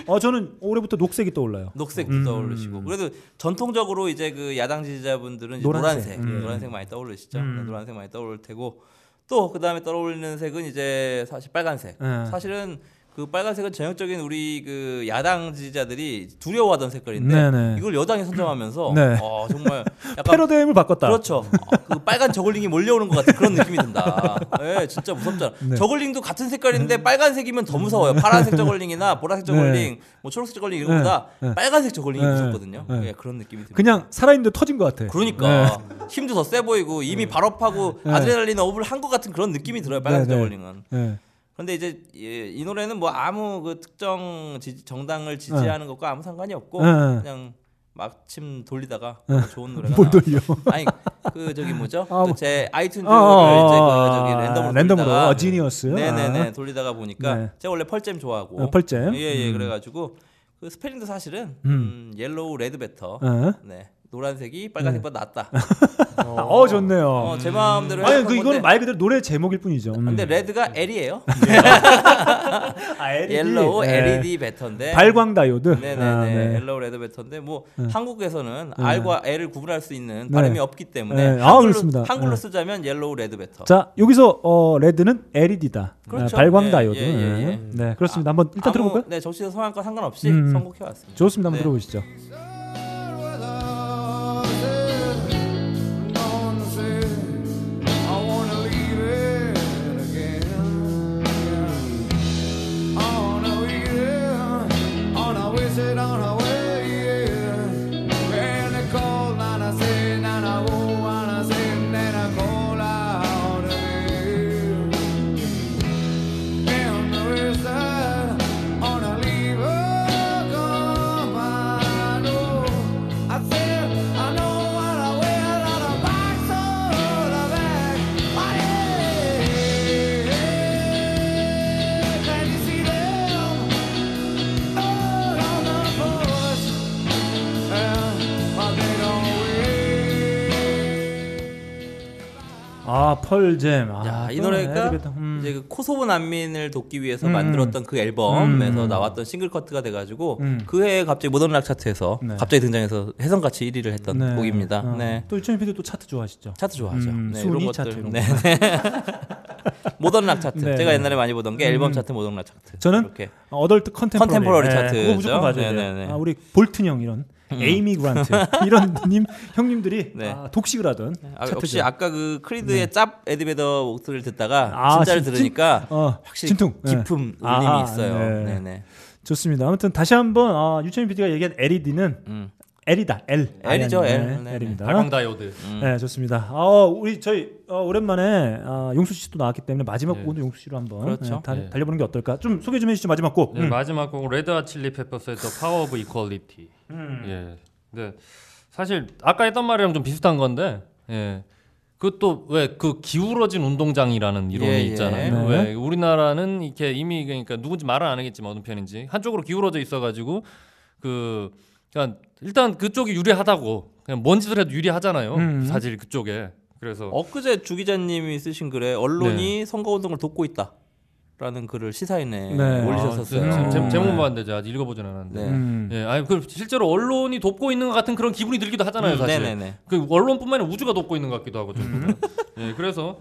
Speaker 2: 어 저는 올해부터 녹색이 떠올라요.
Speaker 1: 녹색
Speaker 2: 음.
Speaker 1: 떠올리시고 그래도 전통적으로 이제 그 야당 지지자분들은 이제
Speaker 2: 노란색.
Speaker 1: 노란색 노란색,
Speaker 2: 음.
Speaker 1: 많이 떠올리시죠
Speaker 2: 음.
Speaker 1: 네, 노란색 많이 떠오를 테고 또 그다음에 떠올리는 색은 이제 사실 빨간색
Speaker 2: 예.
Speaker 1: 사실은 그 빨간색은 전형적인 우리 그 야당 지지자들이 두려워하던 색깔인데
Speaker 2: 네네.
Speaker 1: 이걸 여당이 선점하면서
Speaker 2: 네.
Speaker 1: 어, 정말 약간
Speaker 2: 패러다임을 바꿨다.
Speaker 1: 그렇죠. 아, 그 빨간 저글링이 몰려오는 것 같은 그런 느낌이 든다. 예, 진짜 무섭잖아.
Speaker 2: 네. 음.
Speaker 1: 저글링도 같은 색깔인데 빨간색이면 더 무서워요. 파란색 저글링이나 보라색 저글링,
Speaker 2: 네.
Speaker 1: 뭐 초록색 저글링
Speaker 2: 네.
Speaker 1: 이런보다
Speaker 2: 네.
Speaker 1: 빨간색 저글링이
Speaker 2: 네.
Speaker 1: 무섭거든요.
Speaker 2: 네.
Speaker 1: 예, 그런 느낌이 듭니다.
Speaker 2: 그냥 살아있는데 터진 것 같아.
Speaker 1: 그러니까 힘도 더 세 보이고 이미 발업하고
Speaker 2: 네.
Speaker 1: 아드레날린 업을 한 것 같은 그런 느낌이 들어요. 빨간색
Speaker 2: 네, 네.
Speaker 1: 저글링은.
Speaker 2: 예.
Speaker 1: 근데 이제 예, 이 노래는 뭐 아무 그 특정 지지- 정당을 지지하는 것과 아무 상관이 없고
Speaker 2: 네.
Speaker 1: 그냥 막침 돌리다가
Speaker 2: 네.
Speaker 1: 좋은 노래가
Speaker 2: 뭘
Speaker 1: 나와서
Speaker 2: 돌려?
Speaker 1: 아니 그 저기 뭐죠?
Speaker 2: 아, 뭐.
Speaker 1: 그 제 아이튠즈를
Speaker 2: 어, 어,
Speaker 1: 이제 그
Speaker 2: 어,
Speaker 1: 저기 랜덤으로,
Speaker 2: 랜덤으로
Speaker 1: 돌리다가
Speaker 2: 어, 지니어스.
Speaker 1: 네네네 돌리다가 보니까
Speaker 2: 네.
Speaker 1: 제가 원래 펄잼 좋아하고
Speaker 2: 어, 펄잼.
Speaker 1: 예예
Speaker 2: 음.
Speaker 1: 그래가지고 그 스펠링도 사실은
Speaker 2: 음.
Speaker 1: 음, 옐로우 레드 베터
Speaker 2: 예.
Speaker 1: 네 노란색이 빨간색보다 낫다
Speaker 2: 네. 어, 좋네요.
Speaker 1: 어, 제 마음대로
Speaker 2: 아니
Speaker 1: 해석한
Speaker 2: 그
Speaker 1: 건데
Speaker 2: 이거는 말 그대로 노래 제목일 뿐이죠. 음.
Speaker 1: 근데 레드가 L이에요
Speaker 2: 아, LED.
Speaker 1: 옐로우
Speaker 2: 예.
Speaker 1: LED 베터인데
Speaker 2: 발광 다이오드.
Speaker 1: E 네네네
Speaker 2: 아, 네.
Speaker 1: 옐로우 레드 베터인데 뭐 한국에서는 R과 L을 구분할 수 있는
Speaker 2: 네.
Speaker 1: 발음이 없기 때문에
Speaker 2: 네. 아,
Speaker 1: 한글로,
Speaker 2: 그렇습니다.
Speaker 1: 한글로
Speaker 2: 네.
Speaker 1: 쓰자면 옐로우 레드 베터
Speaker 2: 자 여기서 어, 레드는 LED다. 네,
Speaker 1: 그렇죠.
Speaker 2: 발광
Speaker 1: 예,
Speaker 2: 다이오드.
Speaker 1: 예, 예, 예.
Speaker 2: 네 그렇습니다. 한번 일단
Speaker 1: 아무-
Speaker 2: 들어볼까요?
Speaker 1: 네, 정치적 성향과 상관없이
Speaker 2: 음.
Speaker 1: 선곡해 왔습니다.
Speaker 2: 좋습니다. 한번
Speaker 1: 네.
Speaker 2: 들어보시죠. 아 펄잼. 아,
Speaker 1: 야, 이
Speaker 2: 또
Speaker 1: 노래가
Speaker 2: 레드베터. 음.
Speaker 1: 이제 그 코소보 난민을 돕기 위해서
Speaker 2: 음.
Speaker 1: 만들었던 그 앨범에서
Speaker 2: 음.
Speaker 1: 나왔던 싱글 커트가 돼가지고
Speaker 2: 음.
Speaker 1: 그 해에 갑자기 모던 락 차트에서
Speaker 2: 네.
Speaker 1: 갑자기 등장해서 해성같이 1위를 했던
Speaker 2: 네.
Speaker 1: 그 곡입니다.
Speaker 2: 아,
Speaker 1: 네.
Speaker 2: 또 유천민 PD 또 차트 좋아하시죠?
Speaker 1: 차트 좋아하죠.
Speaker 2: 음,
Speaker 1: 네,
Speaker 2: 순위
Speaker 1: 이런 것들.
Speaker 2: 차트 이런
Speaker 1: 네. 모던 락 차트.
Speaker 2: 네. 음.
Speaker 1: 제가 옛날에 많이 보던 게 앨범 차트, 모던 락 차트.
Speaker 2: 저는
Speaker 1: 이렇게.
Speaker 2: 어덜트 컨템포러리,
Speaker 1: 컨템포러리
Speaker 2: 네,
Speaker 1: 차트죠.
Speaker 2: 그거 무조건 봐줘야
Speaker 1: 네네네. 음.
Speaker 2: 돼요. 아, 우리 볼튼 형 이런 에이미 그란트 이런 님 형님들이
Speaker 1: 네.
Speaker 2: 아, 독식을 하던
Speaker 1: 아,
Speaker 2: 차트죠. 네.
Speaker 1: 역시 아까 그 크리드의 짭 에드베더 목소리를 듣다가
Speaker 2: 아,
Speaker 1: 진짜를
Speaker 2: 진-
Speaker 1: 들으니까
Speaker 2: 어,
Speaker 1: 확실히
Speaker 2: 진통 네.
Speaker 1: 깊은 울림이
Speaker 2: 아하,
Speaker 1: 있어요.
Speaker 2: 네.
Speaker 1: 네. 네
Speaker 2: 좋습니다. 아무튼 다시 한번 아, 유채민 PD가 얘기한 LED는
Speaker 1: 음.
Speaker 2: L이다. L.
Speaker 1: L이죠,
Speaker 2: 네,
Speaker 1: L. 네, 음.
Speaker 2: L입니다.
Speaker 3: 발광 다이오드.
Speaker 2: 네, 좋습니다. 아, 우리 저희 어, 오랜만에 아, 용수 씨도 나왔기 때문에 마지막
Speaker 3: 예.
Speaker 2: 곡은 용수 씨로 한번
Speaker 1: 네. 그렇죠.
Speaker 2: 예, 다-
Speaker 3: 예.
Speaker 2: 달려보는 게 어떨까? 좀 소개 좀 해주시죠. 마지막 곡.
Speaker 3: 네,
Speaker 2: 음.
Speaker 3: 마지막 곡은 레드 아 칠리 페퍼스의 더 파워 오브 이퀄리티.
Speaker 2: 음.
Speaker 3: 예. 근데 사실 아까 했던 말이랑 좀 비슷한 건데 예. 그것도 왜 그 기울어진 운동장이라는 이론이
Speaker 1: 예, 예.
Speaker 2: 네.
Speaker 3: 있잖아요. 왜 우리나라는 이렇게 이미 그러니까 누군지 말은 안 하겠지만 어느 편인지 한쪽으로 기울어져 있어가지고 그 그러니까 일단 그쪽이 유리하다고 그냥 뭔 짓을 해도 유리하잖아요.
Speaker 2: 음.
Speaker 3: 사실 그쪽에 그래서
Speaker 1: 엊그제 주 기자님이 쓰신 글에 언론이 선거 운동을 돕고 있다라는 글을 시사인에
Speaker 2: 네.
Speaker 1: 올리셨었어요.
Speaker 2: 아,
Speaker 3: 제- 제-
Speaker 2: 음.
Speaker 3: 제목만 봤는데 제가 아직 읽어보진 않았는데.
Speaker 1: 네.
Speaker 2: 음.
Speaker 3: 예, 아니 그 실제로 언론이 돕고 있는 것 같은 그런 기분이 들기도 하잖아요,
Speaker 1: 음,
Speaker 3: 사실.
Speaker 1: 네네네.
Speaker 3: 그 언론뿐만 아니라 우주가 돕고 있는 것 같기도 하고 좀. 보면. 예, 그래서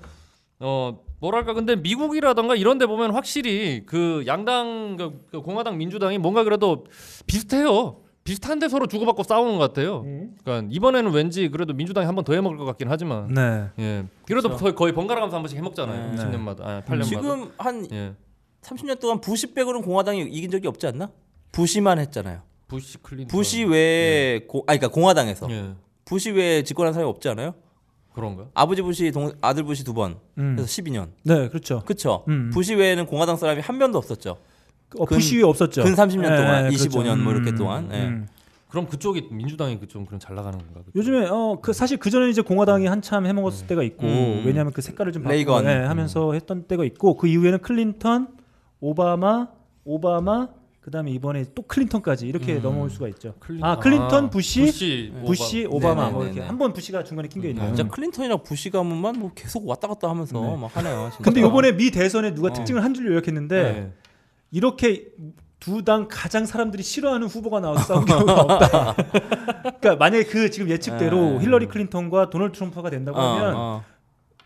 Speaker 3: 어 뭐랄까 근데 미국이라던가 이런 데 보면 확실히 그 양당 그- 그 공화당 민주당이 뭔가 그래도 비슷해요. 비슷한데 서로 주고받고 싸우는 것 같아요. 그러니까 이번에는 왠지 그래도 민주당이 한 번 더 해먹을 것 같긴 하지만
Speaker 2: 네.
Speaker 3: 예 그래도 거의, 거의 번갈아가면서 한 번씩 해먹잖아요.
Speaker 1: 네.
Speaker 3: 10년마다, 아 8년마다.
Speaker 1: 지금 한
Speaker 3: 예
Speaker 1: 30년 동안 부시 빼고는 공화당이 이긴 적이 없지 않나? 부시만 했잖아요.
Speaker 3: 부시 클린턴.
Speaker 1: 부시
Speaker 2: 음.
Speaker 1: 외에
Speaker 2: 네.
Speaker 1: 고, 아 그러니까 공화당에서
Speaker 3: 예
Speaker 1: 부시 외에 집권한 사람이 없지 않아요?
Speaker 3: 그런가?
Speaker 1: 아버지 부시 동, 아들 부시 두 번.
Speaker 2: 음.
Speaker 1: 그래서 12년.
Speaker 2: 네, 그렇죠.
Speaker 1: 그쵸
Speaker 2: 음.
Speaker 1: 부시 외에는 공화당 사람이 한 명도 없었죠.
Speaker 2: 어,
Speaker 1: 근-
Speaker 2: 부시 위에 없었죠.
Speaker 1: 근 30년
Speaker 2: 예,
Speaker 1: 동안,
Speaker 2: 예,
Speaker 1: 25년 뭐 이렇게
Speaker 2: 음,
Speaker 1: 동안, 예.
Speaker 2: 음.
Speaker 3: 그럼 그쪽이 민주당이 그 좀 그럼 잘 나가는 건가? 그쪽?
Speaker 2: 요즘에 어 그 사실 그 전에 이제 공화당이 한참 해먹었을 때가 있고
Speaker 1: 음.
Speaker 2: 왜냐하면 그 색깔을 좀 바꾸고,
Speaker 1: 레이건. 음.
Speaker 2: 예, 하면서 했던 때가 있고 그 이후에는 클린턴, 오바마, 오바마 그다음에 이번에 또 클린턴까지 이렇게
Speaker 1: 음.
Speaker 2: 넘어올 수가 있죠.
Speaker 3: 클린-
Speaker 2: 아 클린턴,
Speaker 3: 아,
Speaker 2: 부시,
Speaker 3: 부시, 오바마.
Speaker 2: 부시, 오바마,
Speaker 1: 네네네네. 음.
Speaker 2: 뭐
Speaker 1: 아,
Speaker 2: 이렇게 한 번 부시가 중간에 낀 게 있네요.
Speaker 1: 진짜 클린턴이랑 부시 가문만 뭐 계속 왔다 갔다 하면서 막 하네요. 진짜.
Speaker 2: 근데 요번에 미 대선에 누가
Speaker 1: 어.
Speaker 2: 특징을 한 줄로 요약했는데
Speaker 3: 네.
Speaker 2: 이렇게 두 당 가장 사람들이 싫어하는 후보가 나와서 싸운 경우가 없다. 그러니까 만약에 그 지금 예측대로
Speaker 1: 네.
Speaker 2: 힐러리 클린턴과 도널드 트럼프가 된다고 하면
Speaker 1: 어, 어.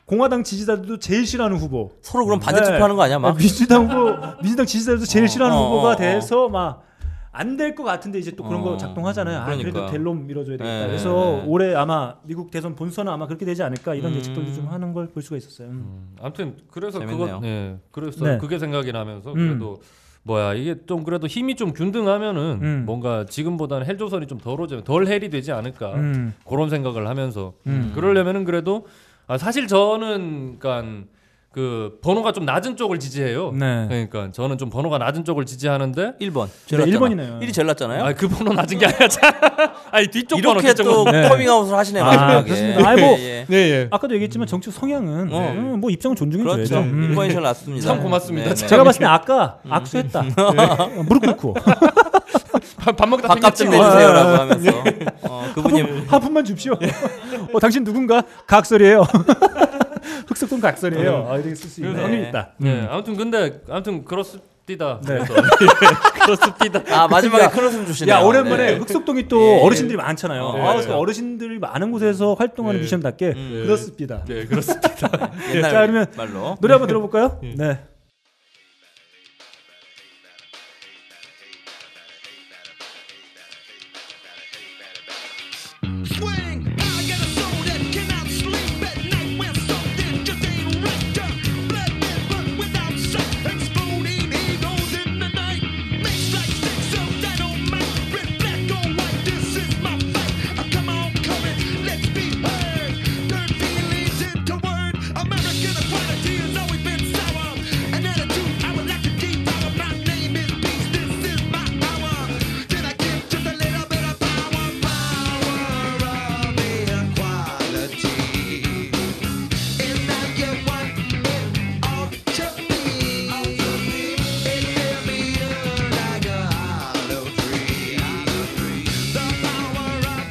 Speaker 2: 공화당 지지자들도 제일 싫어하는 후보.
Speaker 1: 서로 그럼 반대 투표하는 거 아니야 막?
Speaker 2: 아, 민주당 후보, 민주당 지지자들도 제일
Speaker 1: 어,
Speaker 2: 싫어하는
Speaker 1: 어,
Speaker 2: 후보가
Speaker 1: 어, 어.
Speaker 2: 돼서 막 안 될 것 같은데 이제 또 그런
Speaker 1: 어,
Speaker 2: 거 작동하잖아요. 아, 그래도
Speaker 1: 그러니까.
Speaker 2: 델롬 밀어줘야 되겠다.
Speaker 1: 네,
Speaker 2: 그래서
Speaker 1: 네.
Speaker 2: 올해 아마 미국 대선 본선은 아마 그렇게 되지 않을까 이런
Speaker 1: 음.
Speaker 2: 예측들도 좀 하는 걸 볼 수가 있었어요. 음.
Speaker 3: 음, 아무튼 그래서
Speaker 1: 재밌네요.
Speaker 3: 그거 예. 그래서
Speaker 2: 네.
Speaker 3: 그게 생각이 나면서
Speaker 2: 음.
Speaker 3: 그래도 뭐야 이게 좀 그래도 힘이 좀 균등하면은
Speaker 2: 음.
Speaker 3: 뭔가 지금보다는 헬조선이 좀 덜어져 덜 헬이 되지 않을까
Speaker 2: 음.
Speaker 3: 그런 생각을 하면서
Speaker 2: 음.
Speaker 3: 그러려면은 그래도 아, 사실 저는 그러니까 그 번호가 좀 낮은 쪽을 지지해요.
Speaker 2: 네.
Speaker 3: 그러니까 저는 좀 번호가 낮은 쪽을 지지하는데
Speaker 1: 1번.
Speaker 2: 네, 1번이네요.
Speaker 1: 1이 제일 낮잖아요.
Speaker 3: 아 그 번호 낮은 게 아니라 자- 아니 뒤쪽 번호
Speaker 1: 이렇게
Speaker 3: 뒤쪽
Speaker 1: 또
Speaker 3: 번호.
Speaker 2: 네.
Speaker 1: 커밍아웃을 하시네 마지막에.
Speaker 2: 그렇습니다. 아이, 뭐.
Speaker 1: 예, 예.
Speaker 3: 예, 예.
Speaker 2: 아까도 얘기했지만 정치 성향은
Speaker 1: 어.
Speaker 2: 음, 뭐 입장을 존중해줘야죠.
Speaker 1: 그렇죠.
Speaker 2: 음.
Speaker 1: 1번이 제일 낫습니다.
Speaker 3: 참 고맙습니다.
Speaker 1: 네, 음. 네.
Speaker 2: 제가 봤을 때 아까 악수했다. 네. 무릎 꿇고
Speaker 1: 어,
Speaker 3: 밥, 밥 먹다
Speaker 1: 밥값 좀
Speaker 3: 생겼지. 뭐.
Speaker 1: 내주세요라고 하면서
Speaker 2: 예.
Speaker 1: 어, 그분이
Speaker 2: 하품, 하품만 줍시오.
Speaker 1: 예.
Speaker 2: 어, 당신 누군가? 각설이에요. 흑석동 각설이에요. 아, 이렇게 쓸 수 있는
Speaker 1: 음. 그래서- 네.
Speaker 2: 확률이 있다.
Speaker 3: 예, 아무튼 근데 아무튼 그렇습니다.
Speaker 2: 네.
Speaker 3: 그래서 그렇습니다.
Speaker 1: 아 마지막에
Speaker 2: 야,
Speaker 1: 큰 웃음 주시네요.
Speaker 2: 야 오랜만에
Speaker 1: 네.
Speaker 2: 흑석동이 또
Speaker 1: 예, 예.
Speaker 2: 어르신들이 많잖아요.
Speaker 1: 어,
Speaker 2: 아,
Speaker 1: 예.
Speaker 2: 그래서 어르신들이 많은 곳에서 활동하는
Speaker 1: 네.
Speaker 3: 예.
Speaker 2: 뮤지션답게
Speaker 1: 음.
Speaker 2: 그렇습니다.
Speaker 3: 네, 그렇습니다.
Speaker 1: 옛날
Speaker 2: 자, 그러면-
Speaker 1: 말로
Speaker 2: 노래 한번 들어볼까요?
Speaker 1: 음.
Speaker 2: 네.
Speaker 5: Swing. I got a soul that cannot sleep at night when something just ain't right. Uh, Blood and blood without sight. Exploding egos in the night. Mixed like sticks of dynamite. Red, black, or white. This is my fight. Uh, Come on, courage. Let's be heard. Turn feelings into word. American equality has always been sour. An attitude I would like to devour. My name is peace. This is my hour. Did I give just a little bit of power? Power of equality. And now you want it all to be. It will be like a hollow tree. The power of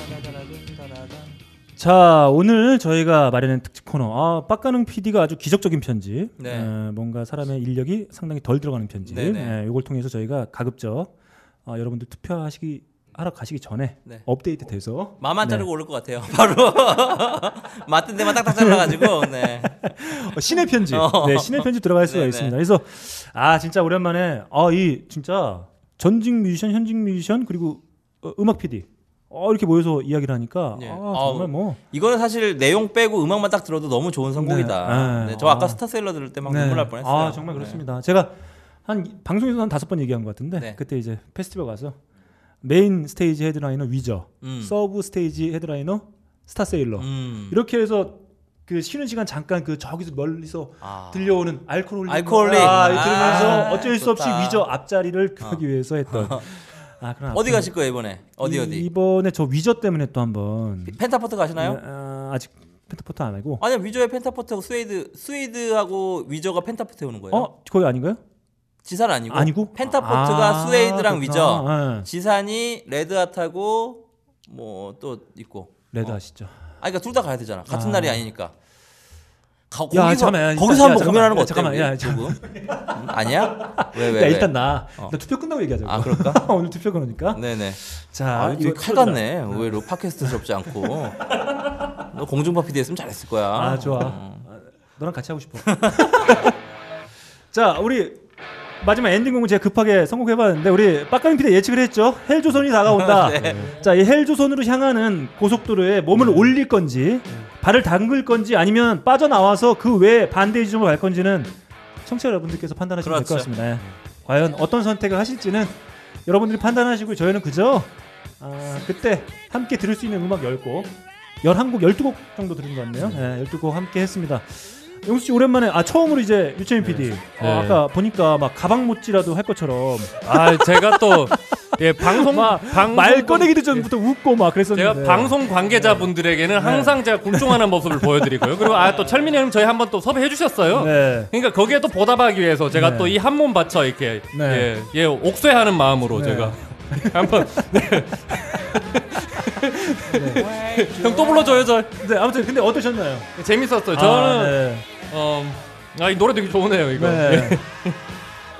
Speaker 5: equality.
Speaker 2: 자 오늘 저희가 마련한 특집 코너 아 빡가능 PD가 아주 기적적인 편지
Speaker 1: 네.
Speaker 2: 에, 뭔가 사람의 인력이 상당히 덜 들어가는 편지
Speaker 1: 네네.
Speaker 2: 예, 이걸 통해서 저희가 가급적 아, 여러분들 투표하시기 하러 가시기 전에
Speaker 1: 네.
Speaker 2: 업데이트 돼서
Speaker 1: 마만 자르고 오를 것 같아요. 바로 맞던 데만 딱딱 잘라가지고 네.
Speaker 2: 어, 신의 편지
Speaker 1: 어.
Speaker 2: 네 신의 편지 들어갈 수가
Speaker 1: 네네.
Speaker 2: 있습니다 그래서 아 진짜 오랜만에 아 이 진짜 전직 뮤지션 현직 뮤지션 그리고 어, 음악 PD 어, 이렇게 모여서 이야기를 하니까
Speaker 1: 예.
Speaker 2: 아,
Speaker 1: 아우,
Speaker 2: 정말 뭐
Speaker 1: 이거는 사실 내용 빼고 음악만 딱 들어도 너무 좋은
Speaker 2: 네.
Speaker 1: 선곡이다.
Speaker 2: 아.
Speaker 1: 네, 저 아까 스타셀러 들을 때 막
Speaker 2: 네.
Speaker 1: 눈물 날 뻔했어요.
Speaker 2: 아 정말 그렇습니다. 제가 한 방송에서 한 다섯 번 얘기한 것 같은데
Speaker 1: 네.
Speaker 2: 그때 이제 페스티벌 가서 메인 스테이지 헤드라이너 위저,
Speaker 1: 음.
Speaker 2: 서브 스테이지 헤드라이너 스타세일러
Speaker 1: 네. 음.
Speaker 2: 이렇게 해서 그 쉬는 시간 잠깐 그 저기서 멀리서
Speaker 1: 아.
Speaker 2: 들려오는 알코올릭
Speaker 1: 알코올릭.
Speaker 2: 아,
Speaker 1: 아,
Speaker 2: 들으면서 어쩔 수
Speaker 1: 좋다.
Speaker 2: 없이 위저 앞자리를 피하기 위해서 했던 아, 그럼
Speaker 1: 어디
Speaker 2: 앞으로-
Speaker 1: 가실 거예요 이번에? 어디
Speaker 2: 이-
Speaker 1: 어디?
Speaker 2: 이번에 저 위저 때문에 또 한번
Speaker 1: 음. 펜타포트 가시나요?
Speaker 2: 아, 아직 펜타포트 안 하고.
Speaker 1: 아니요 위저의 펜타포트하고 스웨이드 스웨이드하고 위저가 펜타포트 오는 거예요.
Speaker 2: 어, 거기 아닌가요?
Speaker 1: 지산 아니고
Speaker 2: 아니고?
Speaker 1: 펜타포트가
Speaker 2: 아,
Speaker 1: 스웨이드랑 위저
Speaker 2: 그렇구나. 예.
Speaker 1: 지산이 레드핫하고 뭐 또 있고
Speaker 2: 레드 아시죠?
Speaker 1: 아 그러니까 둘 다 가야 되잖아 같은 날이 아니니까 가, 거기서,
Speaker 2: 잠깐만,
Speaker 1: 거기서
Speaker 2: 야,
Speaker 1: 한번
Speaker 2: 잠깐만,
Speaker 1: 공연하는 거
Speaker 2: 야,
Speaker 1: 어때
Speaker 2: 잠깐만,
Speaker 1: 우리
Speaker 2: 야,
Speaker 1: 조금? 음, 아니야? 왜왜 왜?
Speaker 2: 야, 일단 나,
Speaker 1: 어.
Speaker 2: 나 투표 끝나고 얘기하자고.
Speaker 1: 아 그럴까?
Speaker 2: 오늘 투표 그러니까.
Speaker 1: 네네
Speaker 2: 자,
Speaker 1: 아, 이거
Speaker 2: 이거
Speaker 1: 칼
Speaker 2: 틀어주라.
Speaker 1: 같네 의외로 팟캐스트스럽지 않고 너 공중파 PD 했으면 잘했을 거야 음.
Speaker 2: 아, 좋아. 아, 너랑 같이 하고 싶어. 자, 우리 마지막 엔딩곡은 제가 급하게 선곡해봤는데 우리 빡가민 피디 예측을 했죠. 헬조선이 다가온다.
Speaker 1: 네.
Speaker 2: 자, 이 헬조선으로 향하는 고속도로에 몸을 올릴 건지, 발을 담글 건지 아니면 빠져나와서 그 외에 반대 지점으로 갈 건지는 청취자 여러분들께서 판단하시면 될 것
Speaker 1: 그렇죠.
Speaker 2: 같습니다. 예. 과연 어떤 선택을 하실지는 여러분들이 판단하시고 저희는 그저 아, 그때 함께 들을 수 있는 음악 10곡 11곡 12곡 정도 들은 것 같네요. 예, 12곡 함께 했습니다. 영수 씨 오랜만에 아 처음으로 이제 유채민 PD 아,
Speaker 3: 네.
Speaker 2: 아까 보니까 막 가방 못지라도 할 것처럼
Speaker 3: 아 제가 또 예, 방송 방송- 예.
Speaker 2: 말 꺼내기도 전부터 웃고 막
Speaker 3: 제가
Speaker 2: 그랬었는데
Speaker 3: 방송 관계자분들에게는 항상 제가 굴종하는 모습을 보여드리고요. 그리고 아 또 철민이 형님 저희 한번 또 섭외해 주셨어요.
Speaker 2: 네.
Speaker 3: 그러니까 거기에 또 보답하기 위해서 제가
Speaker 2: 네.
Speaker 3: 또 이 한 몸 바쳐 이렇게
Speaker 2: 네.
Speaker 3: 예, 예 옥쇄하는 마음으로
Speaker 2: 네.
Speaker 3: 제가 한번 네. 형 또 불러줘요 저
Speaker 2: 네, 아무튼 근데 어떠셨나요?
Speaker 3: 재밌었어요.
Speaker 2: 아,
Speaker 3: 저는
Speaker 2: 네.
Speaker 3: 어, 아이 노래 되게 좋으네요 이거.
Speaker 2: 네.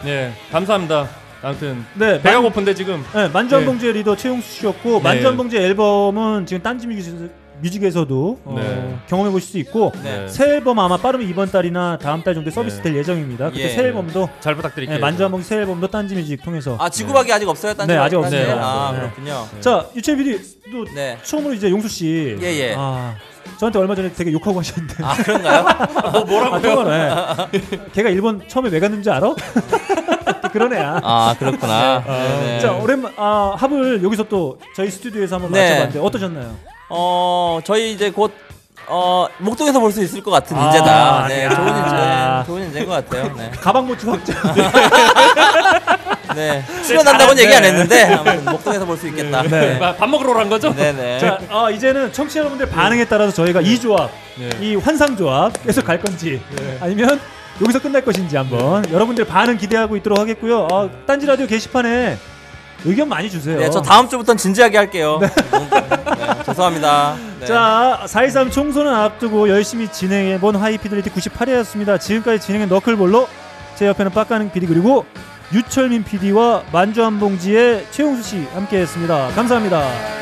Speaker 3: 예 감사합니다. 아무튼
Speaker 2: 네,
Speaker 3: 배가
Speaker 2: 만-
Speaker 3: 고픈데 지금
Speaker 2: 네, 만주한봉제
Speaker 1: 예.
Speaker 2: 의 리더 최용수 씨였고 만주한봉제 앨범은 지금 딴지 뮤직, 뮤직에서도 어,
Speaker 3: 네.
Speaker 2: 경험해 보실 수 있고
Speaker 1: 네.
Speaker 2: 새 앨범 아마 빠르면 이번 달이나 다음 달 정도에 서비스
Speaker 3: 네.
Speaker 2: 될 예정입니다. 그때
Speaker 1: 예.
Speaker 2: 새 앨범도
Speaker 3: 잘 부탁드릴게요.
Speaker 2: 네, 만주한봉제 새 앨범도 딴지 뮤직 통해서
Speaker 1: 아 지구박이 아직 없어요? 딴지
Speaker 2: 네, 아직
Speaker 1: 딴지?
Speaker 2: 없어요.
Speaker 1: 아
Speaker 2: 네.
Speaker 1: 그렇군요
Speaker 2: 자 유채민 PD도
Speaker 1: 네.
Speaker 2: 처음으로 이제 용수 씨
Speaker 1: 예, 예.
Speaker 2: 아, 저한테 얼마 전에 되게 욕하고 하셨는데
Speaker 1: 아 그런가요?
Speaker 2: 뭐라고요? 걔가 일본 처음에 왜 갔는지 알아? 그런 애야.
Speaker 1: 아 그렇구나 네네.
Speaker 2: 어. 자 오랜만 아 합을 여기서 또 저희 스튜디오에서 한번
Speaker 1: 네.
Speaker 2: 맞춰봤는데 어떠셨나요?
Speaker 1: 어 저희 이제 곧 어, 목동에서 볼 수 있을 것 같은
Speaker 2: 아,
Speaker 1: 인재다. 네,
Speaker 2: 야.
Speaker 1: 좋은 인재, 좋은 인재인 것 같아요. 네,
Speaker 2: 가방 모치 확장.
Speaker 1: 네. 출연한다고는 얘기 안 했는데 아무튼 목동에서 볼 수 있겠다.
Speaker 2: 네.
Speaker 1: 네,
Speaker 3: 아, 밥 먹으러 온 거죠?
Speaker 1: 네, 네.
Speaker 2: 자, 아, 이제는 청취자 여러분들 반응에 따라서 저희가 이 조합, 이 환상 조합 계속 갈 건지 아니면 여기서 끝날 것인지 한번 여러분들 반응 기대하고 있도록 하겠고요. 아, 딴지 라디오 게시판에 의견 많이 주세요.
Speaker 1: 네, 저 다음 주부터는 진지하게 할게요. 네. 죄송합니다. 네.
Speaker 2: 자, 4.23 총선을 앞두고 열심히 진행해본 하이피델리티 98회였습니다. 지금까지 진행한 너클볼로 제 옆에는 빡가는 PD 그리고 유철민 PD와 만주한 봉지의 최용수 씨 함께했습니다. 감사합니다.